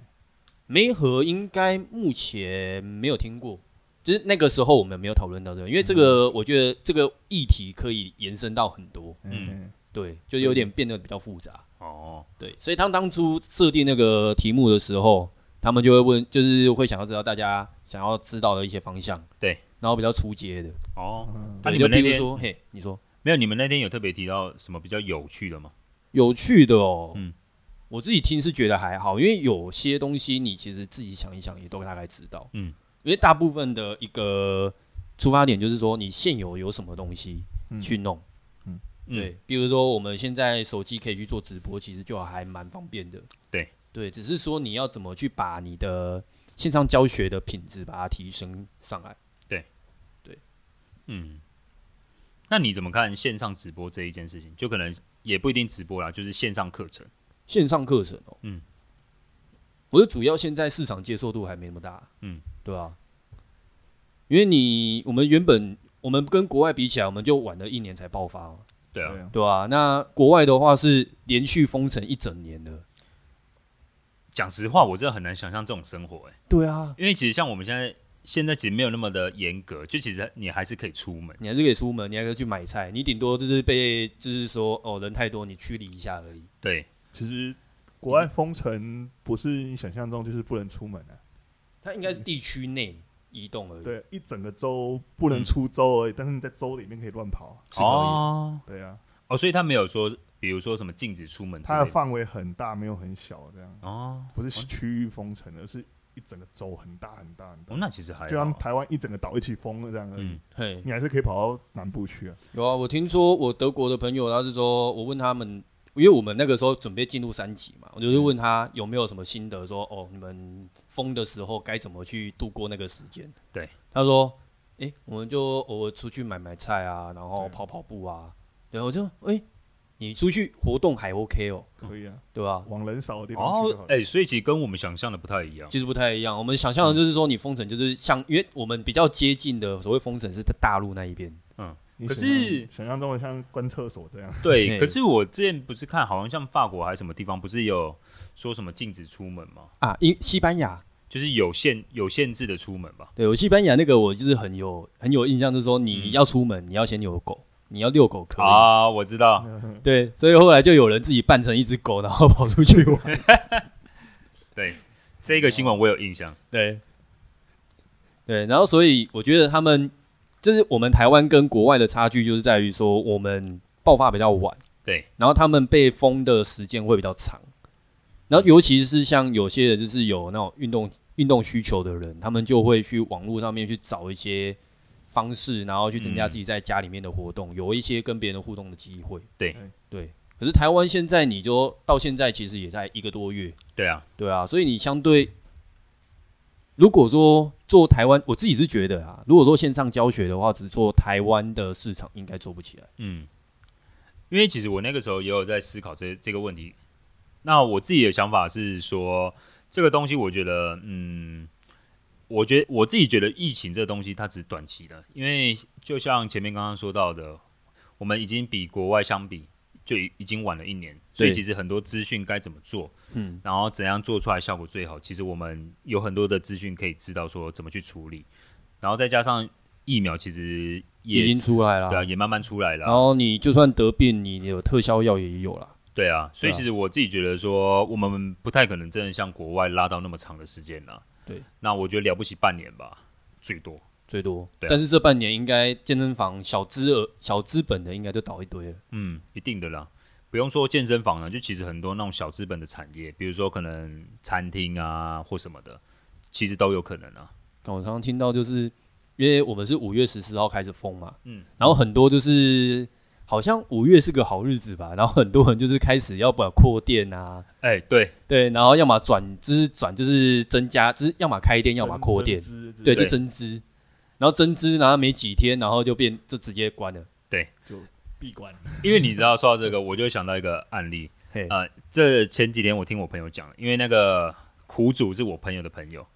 梅河应该目前没有听过，就是那个时候我们没有讨论到这个，因为这个我觉得这个议题可以延伸到很多，
嗯
嗯，
对，就有点变得比较复杂，
哦，
对，所以他们当初设定那个题目的时候，他们就会问，就是会想要知道大家想要知道的一些方向，
对，
然后比较出街的，
哦，
嗯
那
对，
你
就
们那
比如
天
说，嘿，你说
没有，你们那天有特别提到什么比较有趣的吗？
有趣的哦。
嗯
我自己听是觉得还好，因为有些东西你其实自己想一想也都大概知道。
嗯，
因为大部分的一个出发点就是说你现有有什么东西
嗯
去弄。
嗯
对，，比如说我们现在手机可以去做直播，其实就还蛮方便的。
对
对，只是说你要怎么去把你的线上教学的品质把它提升上来。
嗯，那你怎么看线上直播这一件事情？就可能也不一定直播啦，就是线上课程。
线上课程哦，
嗯，
我觉得主要现在市场接受度还没那么大，
嗯，
对吧、因为你我们原本我们跟国外比起来，我们就晚了一年才爆发嘛，
对啊，
对啊，
对吧、那国外的话是连续封城一整年的，
讲实话，我真的很难想象这种生活、欸，
对啊，
因为其实像我们现在现在其实没有那么的严格，就其实你还是可以出门。
你还是可以出门，你还可以去买菜，你顶多就是被就是说哦人太多，你驱离一下而已。
对，
其实国外封城不是你想象中就是不能出门啊，
它应该是地区内移动而已，
对，啊一整个州不能出州而已，但是你在州里面可以乱跑，啊
是可以的。
哦
对啊，
哦，所以他没有说，比如说什么禁止出门之
它的
类的。
范围很大，没有很小，这样
哦，
不是区域封城，而是一整个州很大很大很大
哦，那其实还
就像
好。
台湾一整个岛一起封了这样而已
嗯，
嘿，
你还是可以跑到南部去啊。
有啊，我听说我德国的朋友，他是说我问他们，因为我们那个时候准备进入三级嘛，我就是问他有没有什么心得说，哦，你们封的时候该怎么去度过那个时间？
对，
他说，诶，我们就偶尔出去买买菜啊，然后
对
跑跑步啊，然后我就，诶，你出去活动还 OK 哦，
可以啊，
对吧？
往人少的地方去就
哦
好，了。
哎、所以其实跟我们想象的不太一 样。
其实不太一样，我们想象的就是说，你封城就是像，因为我们比较接近的所谓封城是在大陆那一边，
你
可
想象
是
想象中的像关厕所这样，
对，
嘿
可是我之前不是看，好像像法国还是什么地方，不是有说什么禁止出门吗？
啊，因西班牙，
就是有限有限制的出门吧？
对我西班牙那个，我就是很有很有印象，就是说你要出门，你要先有狗，你要遛狗可以。
啊，我知道，
对，所以后来就有人自己扮成一只狗，然后跑出去玩。
对，这个新闻我有印象。
对，对，然后所以我觉得他们就是我们台湾跟国外的差距，就是在于说我们爆发比较晚，
对，
然后他们被封的时间会比较长。然后尤其是像有些人就是有那种运动运动需求的人，他们就会去网络上面去找一些方式，然后去增加
嗯
自己在家里面的活动，有一些跟别人互动的机会。
对
对，可是台湾现在你就到现在其实也在一个多月，
对啊，
对啊，所以你相对，如果说做台湾，我自己是觉得啊，如果说线上教学的话，只做台湾的市场应该做不起来。
嗯，因为其实我那个时候也有在思考这这个问题。那我自己的想法是说，这个东西我觉得，嗯，我觉得我自己觉得疫情这个东西它只是短期的，因为就像前面刚刚说到的，我们已经比国外相比就已已经晚了一年，所以
对
其实很多资讯该怎么做，
嗯，
然后怎样做出来效果最好，其实我们有很多的资讯可以知道说怎么去处理，然后再加上疫苗其实也
已经出来
对啊
了，
也慢慢出来了
然，后你就算得病，你有特效药也有了。
对啊，所以
对啊
其实我自己觉得说，我们不太可能真的像国外拉到那么长的时间了。
对，
那我觉得了不起半年吧，最多。
最多，
对啊
但是这半年应该健身房小资额、小资本的应该就倒一堆了。
嗯，一定的啦，不用说健身房了，啊就其实很多那种小资本的产业，比如说可能餐厅啊或什么的，其实都有可能啊。
但我常常听到就是，因为我们是五月十四号开始封嘛，
嗯，
然后很多就是好像五月是个好日子吧，然后很多人就是开始要把扩店啊，
哎、对，
对，然后要么转就是转就是增加，就是要么开店，要么
增
扩店，
增资
对，
对
就增资，然后增资，然后没几天，然后就变就直接关了，
就闭关。
因为你知道说到这个，我就想到一个案例，
嘿，
呃，这前几天我听我朋友讲，因为那个苦主是我朋友的朋友，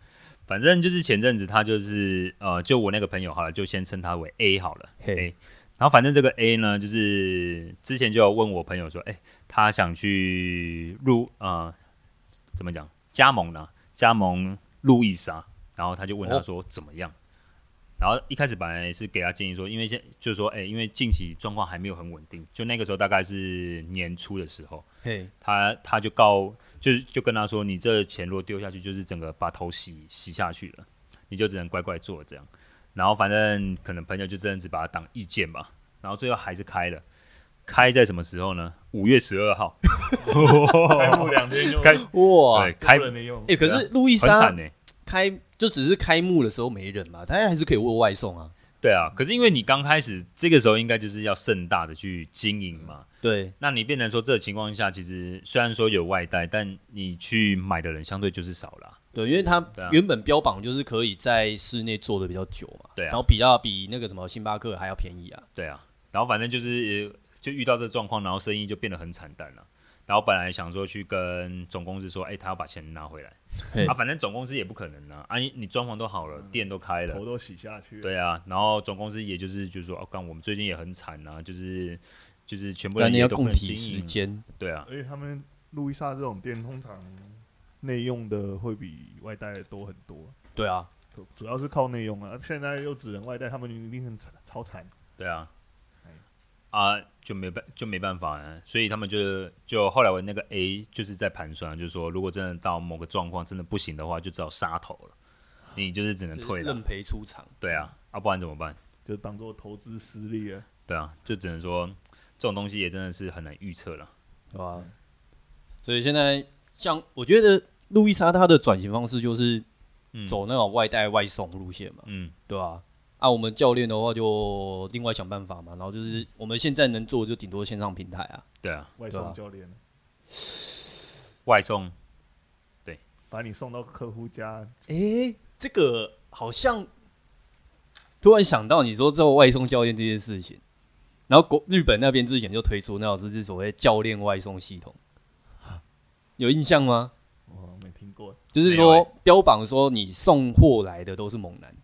反正就是前阵子他就是呃，就我那个朋友好了，就先称他为 A 好了
嘿
，A。然后反正这个 A 呢，就是之前就有问我朋友说，哎、他想去入呃，怎么讲加盟呢、加盟路易莎，然后他就问他说怎么样？然后一开始本来是给他建议说，因为现就是说，哎、因为近期状况还没有很稳定，就那个时候大概是年初的时候，
嘿，
他他就告，就是就跟他说，你这钱如果丢下去，就是整个把头洗洗下去了，你就只能乖乖做这样。然后反正可能朋友就这样子把它当意见吧，然后最后还是开了。开在什么时候呢？五月十二号，
开幕两天 就
开
哇，
对，开
不能用
哎、，可是路易
很
莎
惨呢。
开就只是开幕的时候没人嘛，他还是可以为外送啊。
对啊，可是因为你刚开始这个时候应该就是要盛大的去经营嘛，
对，
那你变成说这个情况下，其实虽然说有外带，但你去买的人相对就是少了啊。
对，因为它
啊
原本标榜就是可以在室内做的比较久嘛，
对啊
然后比较比那个什么星巴克还要便宜啊，
对啊，然后反正就是呃就遇到这状况，然后生意就变得很惨淡了。然后本来想说去跟总公司说，哎、他要把钱拿回来
嘿嗯
啊，反正总公司也不可能啊，啊，你你装潢都好了，店都开了
头，都洗下去了。
对啊，然后总公司也就是就是说，哦、干我们最近也很惨啊，就是就是全部
但
人
你
也
要
都不
共
能
体
经
时
营，
间，
对啊，
而且他们路易莎这种店，通常内用的会比外带的多很多，
对啊，
主主要是靠内用啊。现在又只能外带，他们一定很惨，超惨。
对啊
哎，
啊就没办就没办法了，所以他们就就后来我那个 A 就是在盘算，啊就是说如果真的到某个状况真的不行的话，就只好杀头了，你就是只能
就是
退了
认，赔出场。
对啊，啊不然怎么办？
就当做投资失利了。
对啊，就只能说这种东西也真的是很难预测了。
对吧、所以现在像我觉得路易莎她的转型方式就是
嗯
走那种外带外送路线嘛，
嗯，
对吧、啊？我们教练的话就另外想办法嘛，然后就是我们现在能做的就顶多线上平台啊，
对啊，
外
对啊
送教练
外送
把你送到客户家，
诶、这个好像突然想到你说做外送教练这件事情，然后国日本那边之前就推出那种就是所谓教练外送系统，有印象吗？
我好像没听过
就是
没有
说标榜说你送货来的都是猛男，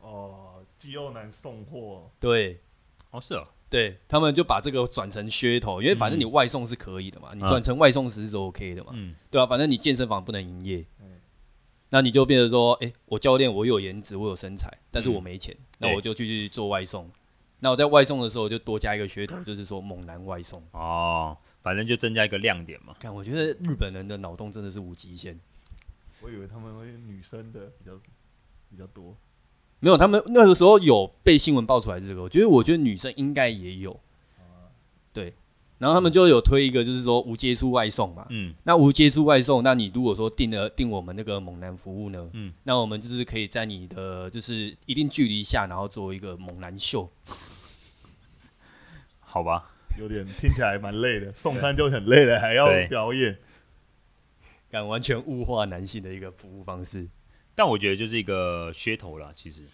哦。肌肉男送货，
对
哦是哦，
对，他们就把这个转成噱头，因为反正你外送是可以的嘛，你
嗯
转成外送时是 OK 的嘛，
嗯
对啊，反正你健身房不能营业
嗯，
那你就变成说，诶，我教练我有颜值，我有身材，但是
嗯
我没钱，那
对
我就去做外送。那我在外送的时候就多加一个噱头，就是说猛男外送。
哦，反正就增加一个亮点嘛。
看，我觉得日本人的脑洞真的是无极限。
我以为他们会女生的比较比较多，
没有，他们那个时候有被新闻爆出来这个，我觉得我觉得女生应该也有，对。然后他们就有推一个，就是说无接触外送嘛，
嗯
那无接触外送，那你如果说订了订我们那个猛男服务呢，
嗯
那我们就是可以在你的就是一定距离下，然后做一个猛男秀，
好吧，
有点听起来蛮累的。送餐就很累了，还要
对
表演，
敢完全物化男性的一个服务方式。
但我觉得就是一个噱头啦，其实，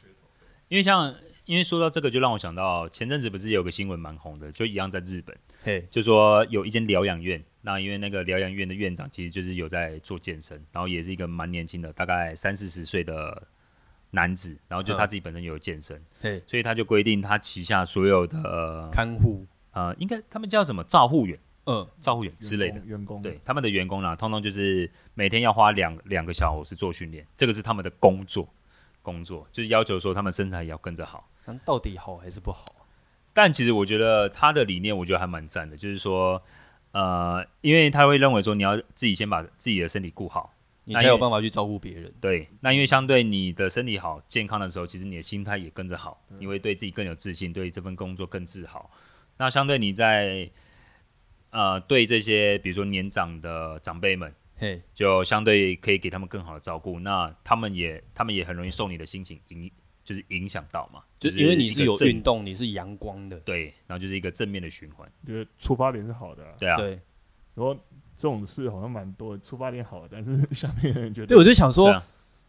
因为像因为说到这个，就让我想到前阵子不是有个新闻蛮红的，就一样在日本，
嘿，
就说有一间疗养院，那因为那个疗养院的院长其实就是有在做健身，然后也是一个蛮年轻的，大概三四十岁的男子，然后就他自己本身也有健身，
嘿，
所以他就规定他旗下所有的呃
看护，
呃，应该他们叫什么照护员、
嗯，
照护员之类的
员，工员工
对，他们的员工啦、通通就是每天要花两两个小时做训练，这个是他们的工作，工作就是要求说他们身材也要跟着好。
那到底好还是不好？
但其实我觉得他的理念，我觉得还蛮赞的，就是说，呃，因为他会认为说你要自己先把自己的身体顾好，
你
那
才
也
有办法去照顾别人。
对，那因为相对你的身体好、健康的时候，其实你的心态也跟着好，你会对自己更有自信，对这份工作更自豪。那相对你在呃对这些比如说年长的长辈们。
嘿，
就相对可以给他们更好的照顾。那他们也他们也很容易受你的心情影，就是影响到嘛，
就是因为你
一
是
个
有
正
运动，你是阳光的，
对，然后就是一个正面的循环，
觉得出发点是好的啊、
对啊，
对。
然后这种事好像蛮多的，出发点好，但是 下面的人觉得
对，我就想
对
说
啊，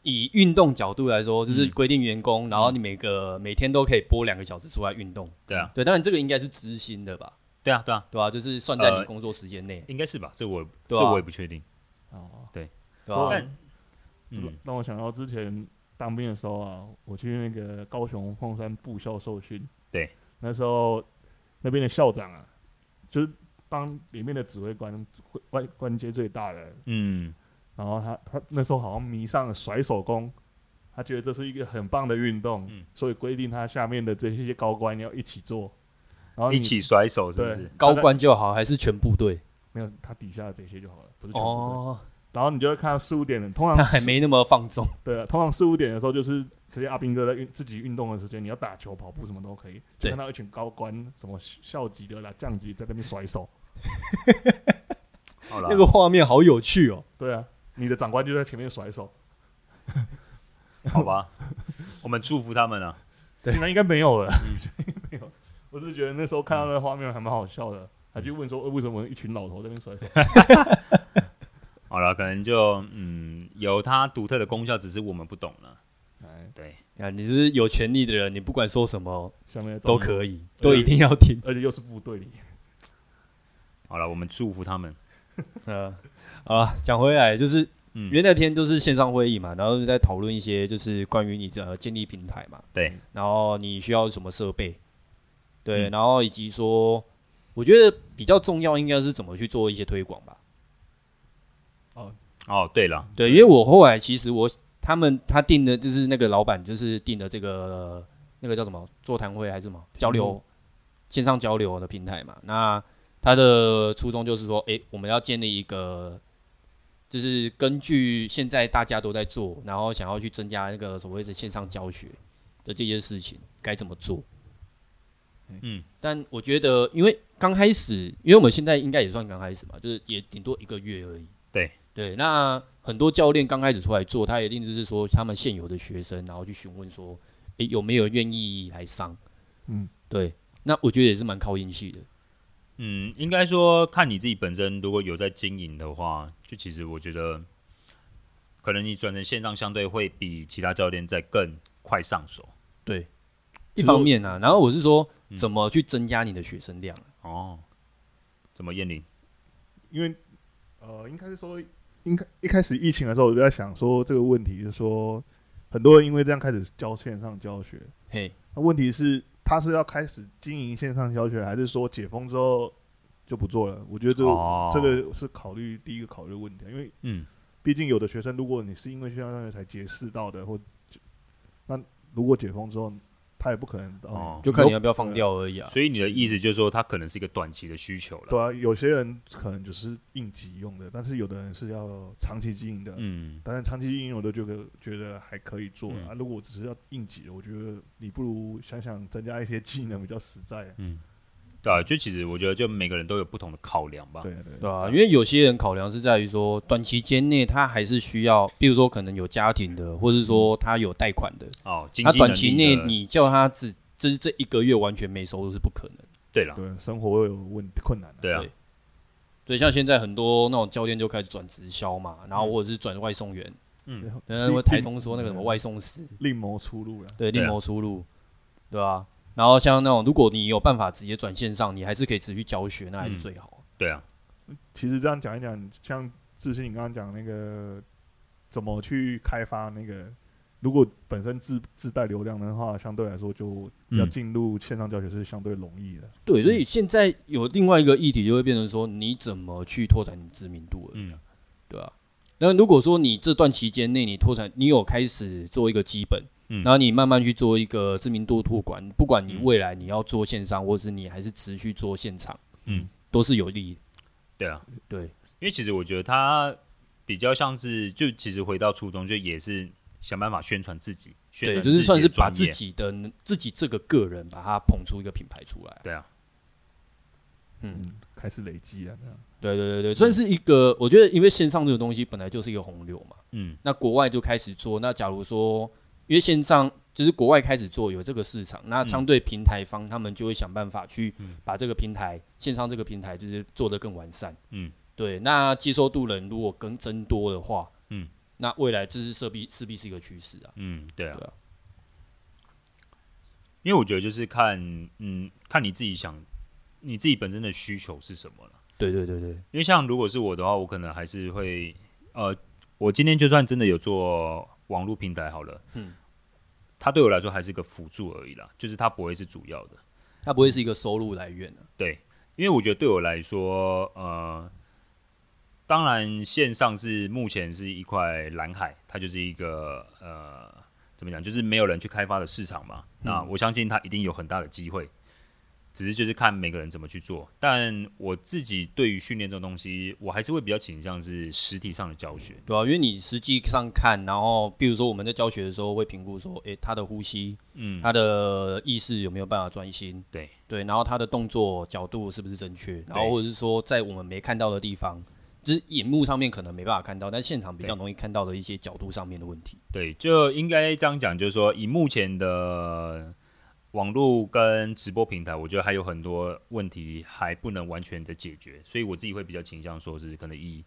以运动角度来说，就是
嗯
规定员工，然后你每个每天都可以播两个小时出来运动。
对啊，
对，当然这个应该是知心的吧，
对啊，对啊，
对吧、就是算在你
呃
工作时间内，
应该是吧？这我、
对
这
啊
我也不确定，
哦，
对啊吧、
但嗯
嗯，让我想到之前当兵的时候啊，我去那个高雄凤山部校受训，
对，
那时候那边的校长啊，就是当里面的指挥官关关阶最大的，
嗯，
然后他他那时候好像迷上了甩手工。他觉得这是一个很棒的运动，
嗯
所以规定他下面的这些高官要一起做，然后你
一起甩手是不
对
是？
高官就好，还是全部队？
没有他底下的这些就好了，不是全部的。
哦，
然后你就会看到四五点，通常
他 还
四
没那么放纵。
对啊，通常四五点的时候就是直接阿兵哥在运自己运动的时间，你要打球、跑步什么都可以，就
对
看到一群高官什么校级的啦、降级在那边甩手，
好了，
那个画面好有趣哦，
对啊，你的长官就在前面甩手，
好吧，我们祝福他们啊。
现在应该没有了， 应该没有。我只是觉得那时候看到那个画面还蛮好笑的，还去问说、呃为什么一群老头在那边甩手，
好了，可能就嗯有它独特的功效，只是我们不懂了。
哎，
啊，你是有权利的人，你不管说什么
下面
都
以，
可以，
对
嗯都一定要听。
而且又是部队里，
好了，我们祝福他们。
嗯， 好了，讲回来就是，
嗯
因为那天就是线上会议嘛，然后就在讨论一些就是关于你呃建立平台嘛，
对，
然后你需要什么设备，对，
嗯
然后以及说，我觉得比较重要应该是怎么去做一些推广吧。
哦，对了，
对，因为我后来其实我他们他定的就是那个老板就是定的这个那个叫什么座谈会还是什么交流线上交流的平台嘛。那他的初衷就是说，诶，我们要建立一个，就是根据现在大家都在做，然后想要去增加那个所谓的线上教学的这些事情该怎么做。
嗯，
但我觉得，因为刚开始，因为我们现在应该也算刚开始嘛，就是也顶多一个月而已。
对
对，那很多教练刚开始出来做，他一定就是说他们现有的学生，然后去询问说，诶、有没有愿意来上？
嗯，
对，那我觉得也是蛮靠运气的。
嗯，应该说看你自己本身，如果有在经营的话，就其实我觉得，可能你转成线上，相对会比其他教练再更快上手。
对，一
其实我
方面啊，然后我是说
嗯
怎么去增加你的学生量啊。
哦，怎么燕玲？
因为呃，应该是说，应该一开始疫情的时候，我就在想说这个问题，就是说很多人因为这样开始教线上教学，
嘿，
那问题是他是要开始经营线上教学，还是说解封之后就不做了？我觉得这个、
哦
这个是考虑第一个考虑的问题，啊因为
嗯，
毕竟有的学生，如果你是因为线上教学才结识到的，或那如果解封之后，他也不可能
哦
哦，
就看你要不要放掉而已啊。
所以你的意思就是说，它可能是一个短期的需求了。
对啊，有些人可能就是应急用的，但是有的人是要长期经营的。
嗯，
当然，长期经营我都觉得觉得还可以做
嗯
啊。如果只是要应急的，我觉得你不如想想增加一些技能比较实在。
对啊，就其实我觉得，就每个人都有不同的考量吧。
对啊对啊
对啊，因为有些人考量是在于说，短期间内他还是需要，比如说可能有家庭的，或者是说他有贷款的，
哦，嗯经
他
济能
短
力
期内
的
你叫他只这这一个月完全没收入是不可能。
对了，
对，啊生活会有问困难、啊。
对啊，
对对，像现在很多那种教练就开始转直销嘛，然后或者是转外送员，
嗯
然后
另啊
台东说那个什么外送师，
另谋出路了。
对，
对啊
另谋出路，对吧、然后像那种，如果你有办法直接转线上，你还是可以持续教学，那还是
嗯
最好。
对啊，
其实这样讲一讲，像志信你刚刚讲那个怎么去开发那个，如果本身自自带流量的话，相对来说就
嗯
要进入线上教学是相对容易的。
对，所以现在有另外一个议题，就会变成说，你怎么去拓展你知名度而已，
嗯
对吧、那如果说你这段期间内你拓展，你有开始做一个基本，
嗯
然后你慢慢去做一个知名度拓展，不管你未来你要做线上，或是你还是持续做现场，
嗯，
都是有利的。
对啊，
对，
因为其实我觉得他比较像是，就其实回到初衷，就也是想办法宣传自己，宣
对，
传
就是
自己
算
的
是把
专
自
业
己的能自己这个个人，把它捧出一个品牌出来。
对啊，
嗯，
嗯，开始累积啊，这样
对对对对，算是一个，我觉得因为线上这个东西本来就是一个洪流嘛，
嗯
那国外就开始做。那假如说，因为线上就是国外开始做有这个市场，那相对平台方他们就会想办法去把这个平台线上这个平台就是做得更完善。
嗯，
对。那接受度人如果更增多的话，
嗯，
那未来这是势必势必是一个趋势啊。
嗯，对啊，
对啊
因为我觉得就是看，嗯，看你自己想，你自己本身的需求是什么了。
对对对对，
因为像如果是我的话，我可能还是会，呃，我今天就算真的有做网络平台好了，嗯，它对我来说还是个辅助而已啦，就是它不会是主要的。
它不会是一个收入来源啊。
对，因为我觉得对我来说，呃，当然线上是目前是一块蓝海，它就是一个呃，怎么讲，就是没有人去开发的市场嘛。那我相信它一定有很大的机会。只是就是看每个人怎么去做。但我自己对于训练这种东西，我还是会比较倾向是实体上的教学。
对啊，因为你实际上看，然后比如说我们在教学的时候会评估说，诶、他的呼吸，
嗯，
他的意识有没有办法专心，
对
对，然后他的动作角度是不是正确，然后
对
或者是说在我们没看到的地方，就是荧幕上面可能没办法看到，但现场比较容易看到的一些角度上面的问题。
对，就应该这样讲，就是说以目前的网络跟直播平台，我觉得还有很多问题还不能完全的解决，所以我自己会比较倾向说是可能以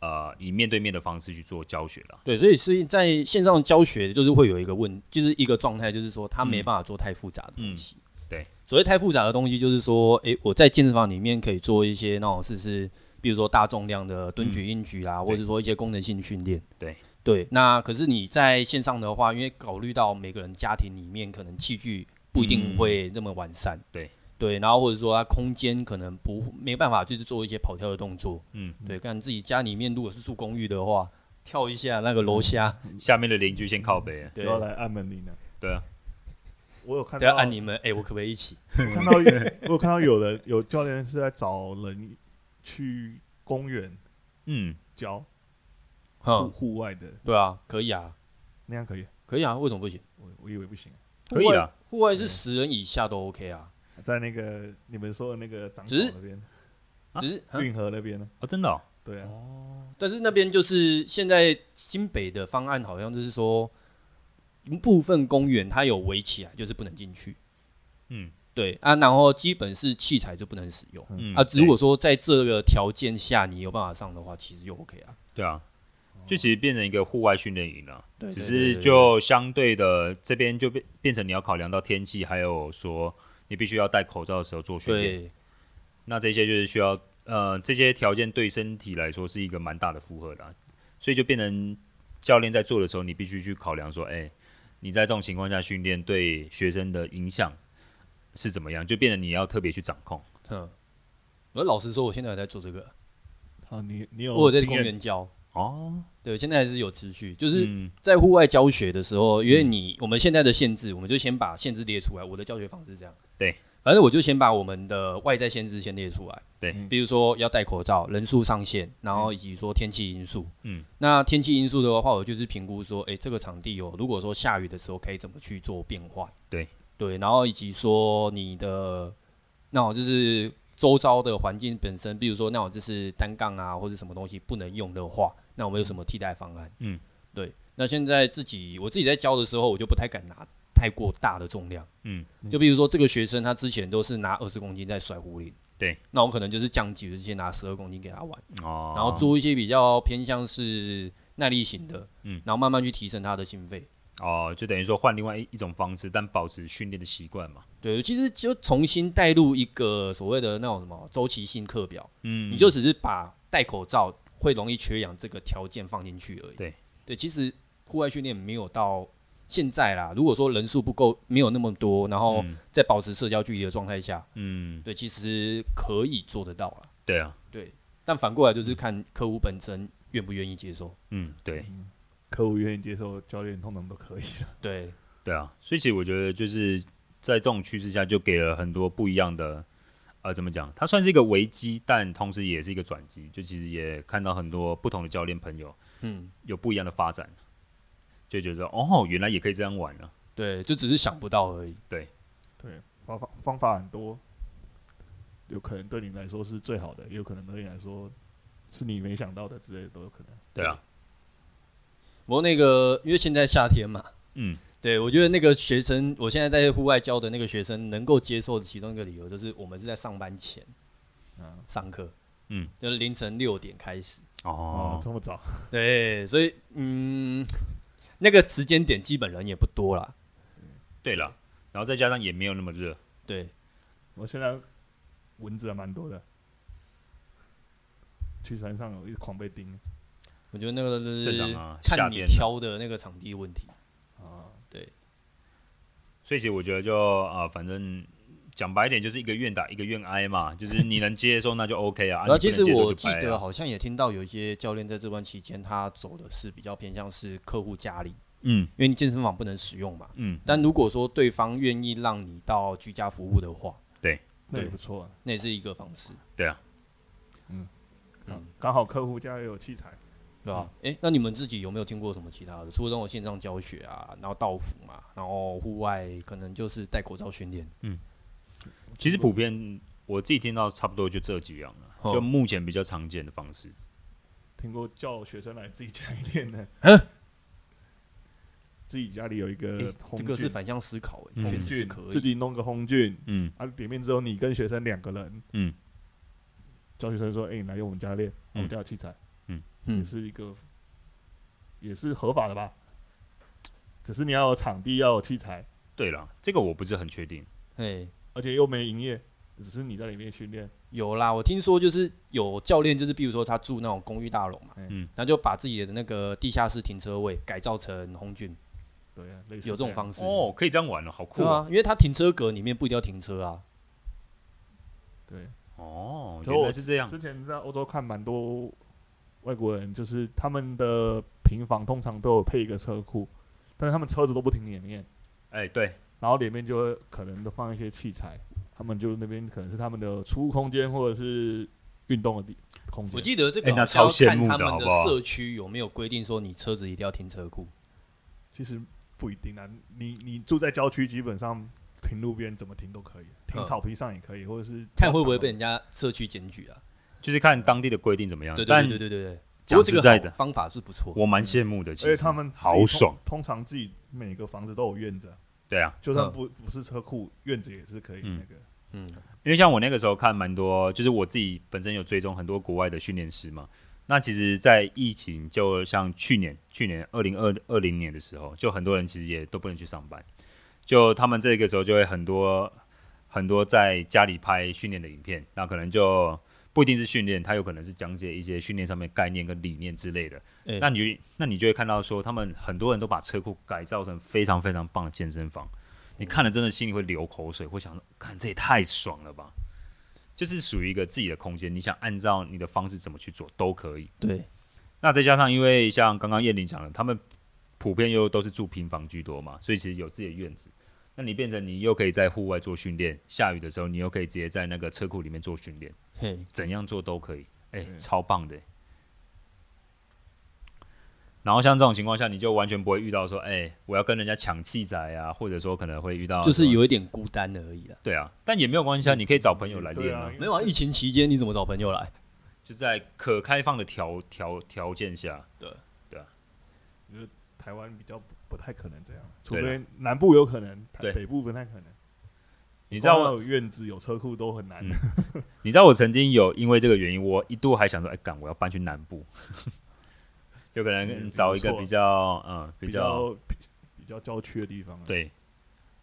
呃以面对面的方式去做教学啦。
对，所以是在线上教学就是会有一个问，就是一个状态，就是说他没办法做太复杂的东西。
嗯对，
所谓太复杂的东西，就是说，诶、我在健身房里面可以做一些那种试试，比如说大重量的蹲举、硬举啊，或者说一些功能性训练。
嗯对
对，那可是你在线上的话，因为考虑到每个人家庭里面可能器具不一定
嗯
会那么完善。
对
对，然后或者说他空间可能不没办法，就是做一些跑跳的动作。
嗯，
对，看自己家里面如果是住公寓的话，跳一下那个楼下。
下面的邻居先靠北，
就
对，
要来按门铃了。
对啊，
我有看
等下
到，
按你们，哎、我可不可以一起？
我看到，我有看到有人有教练是在找人去公园
嗯，
教户
哼，
户外的，
对啊，可以啊，
那样可以？
可以啊，为什么不行？
我我以为不行，
可以啊，
户外是十人以下都 OK 啊，
在那个你们说的那个长口
只是
那边，
啊
只是、啊
运河那边呢？
哦，真的、哦，
对啊，
但是那边就是现在新北的方案好像就是说，部分公园它有围起来，就是不能进去。
嗯
对啊，然后基本是器材就不能使用、
嗯
啊。
对
如果说在这个条件下你有办法上的话，其实就 OK 啊。
对啊，就其实变成一个户外训练营了。
对
只
对
是就相对的这边就变变成你要考量到天气，还有说你必须要戴口罩的时候做训练。
对
那这些就是需要呃这些条件对身体来说是一个蛮大的负荷的啊、所以就变成教练在做的时候，你必须去考量说，哎、你在这种情况下训练对学生的影响是怎么样，就变成你要特别去掌控。
哼。我嗯老实说，我现在还在做这个，
好，你你有
我有在
经
公
验
园教，
哦，
对，现在还是有持续，就是
嗯
在户外教学的时候，因为你我们现在的限制，我们就先把限制列出来。我的教学方式是这样，
对，
反正我就先把我们的外在限制先列出来，
对
嗯
比如说要戴口罩、人数上限，然后以及说天气因素，
嗯，
那天气因素的话，我就是评估说，诶、这个场地有、如果说下雨的时候可以怎么去做变化，
对
对，然后以及说你的那种就是周遭的环境本身，比如说那种就是单杠啊或者什么东西不能用的话，那我们有什么替代方案？
嗯，
对。那现在自己我自己在教的时候，我就不太敢拿太过大的重量。
嗯，
就比如说这个学生他之前都是拿二十公斤在甩壶铃，
对，
那我可能就是降级，就是先拿十二公斤给他玩，
哦，
然后做一些比较偏向是耐力型的，
嗯，
然后慢慢去提升他的心肺。
哦，就等于说换另外一一种方式，但保持训练的习惯嘛。
对，其实就重新带入一个所谓的那种什么周期性课表，
嗯，
你就只是把戴口罩会容易缺氧这个条件放进去而已。
对
对，其实户外训练没有到现在啦，如果说人数不够，没有那么多，然后
嗯
在保持社交距离的状态下，
嗯，
对，其实可以做得到啦。
对啊，
对，但反过来就是看客户本身愿不愿意接受。
嗯，对
客户愿意接受教练，通常都可以的。
对，
对啊，所以其实我觉得就是在这种趋势下，就给了很多不一样的，呃，怎么讲？它算是一个危机，但同时也是一个转机。就其实也看到很多不同的教练朋友
嗯，
有不一样的发展，就觉得说哦，原来也可以这样玩啊。
对，就只是想不到而已。
对，方法方法很多，有可能对你来说是最好的，也有可能对你来说是你没想到的之类的都有可能。
对啊，
不过那个，因为现在夏天嘛，
嗯，
对我觉得那个学生，我现在在户外教的那个学生能够接受的其中一个理由，就是我们是在上班前
啊
上课，
嗯，
就是凌晨六点开始，
哦
哦，，
这么早，
对，所以嗯，那个时间点基本人也不多啦，
对了，然后再加上也没有那么热，
对，
我现在蚊子还蛮多的。去山上有一直狂被叮
我觉得那个就是
正常啊夏
看你
天啊
挑的那个场地问题，
啊，
所以其实我觉得就呃，反正。讲白一点，就是一个愿打一个愿挨嘛，就是你能接受那就 OK 啊。啊
然后
你
其
不
实
能接受
我
就
记
掰啊
得好像也听到有一些教练在这段期间，他走的是比较偏向是客户家里，
嗯
因为你健身房不能使用嘛。
嗯
但如果说对方愿意让你到居家服务的话，
对，
那也
对
不错啊。
那也是一个方式，嗯
刚好客户家也有器材，
对吧、诶，那你们自己有没有听过什么其他的？除了这种线上教学啊，然后道服嘛，然后户外可能就是戴口罩训练，
其实普遍我自己听到差不多就这几样了，
哦
就目前比较常见的方式。
听过叫学生来自己家里 练的，自己家里有一个
诶
红
这
菌，
个是反向思考、诶，
嗯
确
红
实是
菌
可以。
自己弄个红菌，
嗯
啊，里面只有你跟学生两个人，
嗯，
教学生说，哎、你来用我们家练，我
嗯
们家有器材，也
嗯，
是一个，也是合法的吧？只是你要有场地，要有器材，
对了，这个我不是很确定。
哎，
而且又没营业，只是你在里面训练，
有啦，我听说就是有教练，就是比如说他住那种公寓大楼嘛，
嗯
嗯，然后就把自己的那个地下室停车位改造成红军，
对啊，类似
有这种
样
方式，
哦，可以这样玩了，好酷
对
啊！
啊，因为他停车格里面不一定要停车啊，
对。
嗯
哦，
可
原来
我
是这样。
之前在欧洲看蛮多外国人，就是他们的平房通常都有配一个车库，但是他们车子都不停里面，
哎，对，
然后里面就会可能都放一些器材，他们就那边可能是他们的储物空间或者是运动的地空
我
间。
记得这个
哎
好
那
像要
超羡
看
慕
他
的好
们
不好
社区有没有规定说你车子一定要停车库？
其实不一定啊，你你住在郊区，基本上停路边怎么停都可以，停
嗯
草坪上也可以，或者是
看会不会被人家社区检举啊？
就是看当地的规定怎么样
对。对
但
对对对对。不
讲
过这
实
个
在
好
的，
方法是不错，
我蛮羡慕的。其
而且
实
他们自己
好
通
爽，
通常自己每个房子都有院子啊，
对啊，
就算
嗯
不不是车库，院子也是可以
嗯
那个。
嗯，
因为像我那个时候看蛮多，就是我自己本身有追踪很多国外的训练师嘛。那其实，在疫情就像去年，去年二零二二零年的时候，就很多人其实也都不能去上班，就他们这个时候就会很多很多在家里拍训练的影片，那可能就不一定是训练，他有可能是讲解一些训练上面概念跟理念之类的。
哎
那你就那你就会看到说，他们很多人都把车库改造成非常非常棒的健身房，你看了真的心里会流口水，会想说，看这也太爽了吧！就是属于一个自己的空间，你想按照你的方式怎么去做都可以。
对，
那再加上，因为像刚刚燕玲讲的，他们普遍又都是住平房居多嘛，所以其实有自己的院子。那你变成你又可以在户外做训练，下雨的时候你又可以直接在那个车库里面做训练，
嘿，
怎样做都可以，哎、
嗯
超棒的、然后像这种情况下，你就完全不会遇到说，哎、我要跟人家抢器材啊，或者说可能会遇到
就是
说
有一点孤单而已啦。
对啊，但也没有关系啊，你可以找朋友来
嗯对
练
啊，因为
没有啊，疫情期间你怎么找朋友来？
就在可开放的条条条件下，
台湾比较不不太可能这样，除
对啦
非南部有可能，
对
台北部不太可能。
你
你
知道吗
有院子有车库都很难。
嗯你知道我曾经有因为这个原因，我一度还想说，哎、干，我要搬去南部， 就可能
嗯
找一个
不错
比较嗯比
比
较
较比比较郊区的地方、啊，，
对，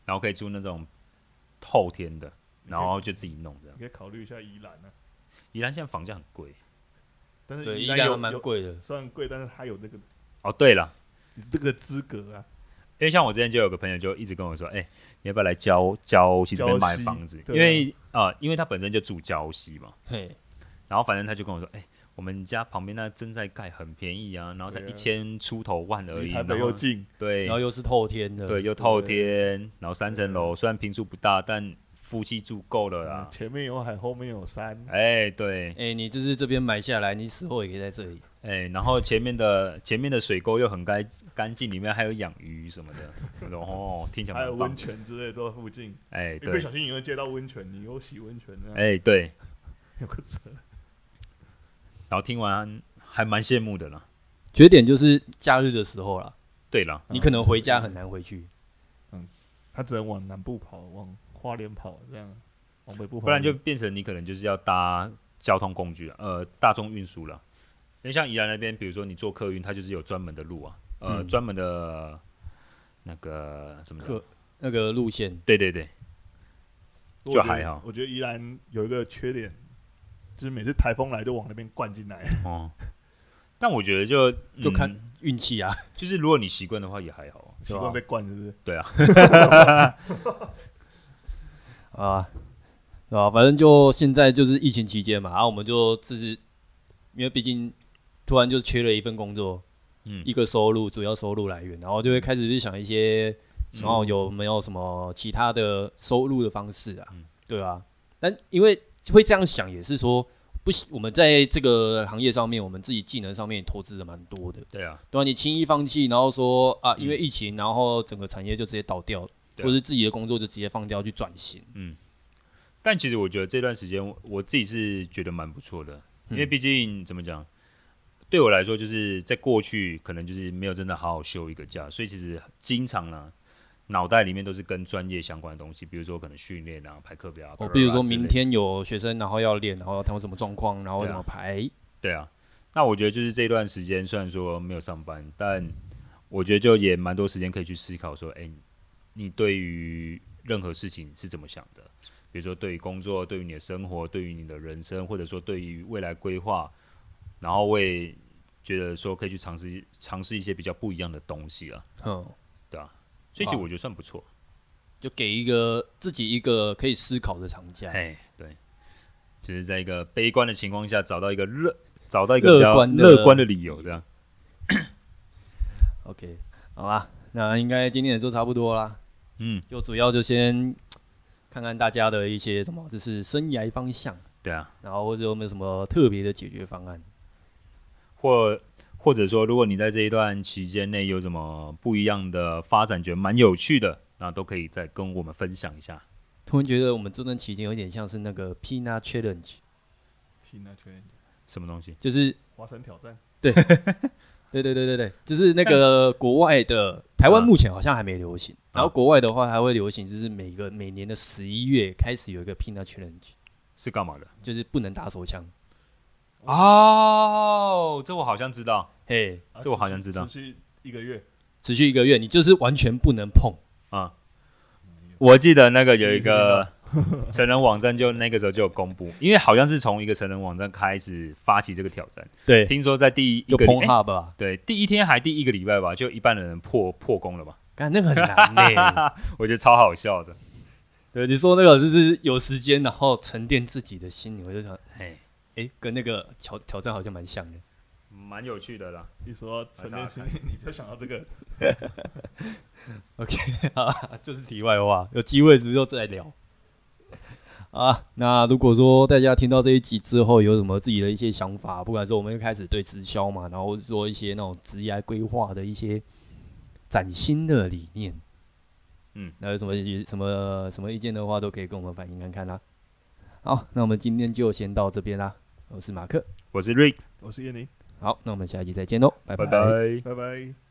然后可以住那种透天的，然后就自己弄这样
你。可以考虑一下宜兰啊，
宜兰现在房价很贵
但是
对，
宜
应
兰
该
有
蛮，贵的
有。虽然贵，但是它有那个
哦。对了，
这个资格啊，
因为像我之前就有个朋友就一直跟我说，哎、你要不要来礁礁溪这边
礁
买
溪
房子？因
对啊
为呃，因为他本身就住礁溪嘛，
嘿，
然后反正他就跟我说，哎、我们家旁边那正在盖，很便宜啊，然后才
对啊
一千出头万而
离
已，
台
然
北
后
又近，
对，
然后又是透天的，
对，，又透天，然后三层楼，虽然平数不大，但夫妻住够了啦
嗯。前面有海，后面有山，
哎，对，
哎，你这是这边买下来，你死后也可以在这里。
哎，然后前面的前面的水沟又很干干净，里面还有养鱼什么的，我说哦，听起来
还有
蛮棒
温
的。
泉之类都在附近。
哎，
你不
对，
小心你会接到温泉，你有洗温泉这样，
哎对，
有个车，
然后听完还蛮羡慕的啦。
缺点就是假日的时候啦，
对了，
你可能回家很难回去。
他只能往南部跑，往花莲跑这样，往北部跑，
不
嗯
然就变成你可能就是要搭交通工具了，呃，大众运输了。因为像宜兰那边，比如说你坐客运，它就是有专门的路啊，呃，
嗯
专门的那个什么的
客那个路线，
对对对，
我觉得
就还好
我觉得宜兰有一个缺点，就是每次台风来就往那边灌进来。
哦，但我觉得就
就看
嗯
运气啊，
就是如果你习惯的话也还好啊。
习惯被灌是不是？
啊，对吧、反正就现在就是疫情期间嘛，然、啊后我们就自己，因为毕竟突然就缺了一份工作，
嗯
一个收入主要收入来源，然后就会
嗯
开始去想一些，然后有没有什么其他的收入的方式啊？
嗯
对啊，但因为会这样想也是说，不行，我们在这个行业上面，我们自己技能上面也投资的蛮多的，
对啊，
对吧、你轻易放弃，然后说啊，因为疫情，然后整个产业就直接倒掉，
嗯对啊
或者是自己的工作就直接放掉去转型，
但其实我觉得这段时间我我自己是觉得蛮不错的，
嗯
因为毕竟怎么讲，对我来说就是在过去可能就是没有真的好好休一个假，所以其实经常呢、脑袋里面都是跟专业相关的东西，比如说可能训练啊、排课表啊，
哦，
叭
比如
叭叭
说
之类
明
的
天有学生，然后要练，然后他们什么状况，然后
对啊
怎么排，
对啊，那我觉得就是这段时间虽然说没有上班，但我觉得就也蛮多时间可以去思考说，哎、你对于任何事情是怎么想的？比如说对于工作、对于你的生活、对于你的人生，或者说对于未来规划，然后会觉得说可以去尝试尝试一些比较不一样的东西啊，
嗯，
所以
哦
其实我觉得算不错。
就给一个自己一个可以思考的长假，
哎、对，就是在一个悲观的情况下找到一个乐，找到一
乐
个比较
观的
乐观的理由，这样。
OK，好啦，那应该今天也就差不多啦。
嗯，
就主要就先看看大家的一些什么，就是生涯方向，
对啊。
然后或者有没有什么特别的解决方案。
或或者说，如果你在这一段期间内有什么不一样的发展，觉得蛮有趣的，那都可以再跟我们分享一下。
突然觉得我们这段期间有点像是那个 Pina Challenge，
听那圈
什么东西？
就是
华晨挑战，
对对对对对，就是那个国外的，台湾
嗯
目前好像还没流行，然后
嗯
国外的话还会流行，就是每个每年的十一月开始有一个 Pina Challenge，
是干嘛的？
就是不能打手枪。
哦，这我好像知道。
嘿，
啊
这我好像知道
持续持续一个月，
持续一个月，你就是完全不能碰。
我记得那个有一
第一次听
个成人网站，就那个时候就有公布，因为好像是从一个成人网站开始发起这个挑战。
对，
听说在第一
就
个
p o
礼、
n
哎
Hub 啊，
对第一天还第一个礼拜吧，就一半的人破破功了吧？
干那个很难呢、
我觉得超好笑的。
对，你说那个就是有时间，然后沉淀自己的心，我就想，
哎，
哎，跟那个挑挑战好像蛮像的。
蛮有趣的啦。
一说沉淀训练，你就想到这个。
啊就是题外话，有机会之后再聊。 啊，那如果说大家听到这一集之后有什么自己的一些想法，不管说我们又开始对直销嘛，然后说一些那种职业规划的一些崭新的理念，
嗯，
那有什么意什么什么意见的话，都可以跟我们反映看看啦。好，那我们今天就先到这边啦。我是马克，
我是 Rick，
我是叶宁，
好，那我们下一集再见喽，拜
拜拜
拜拜。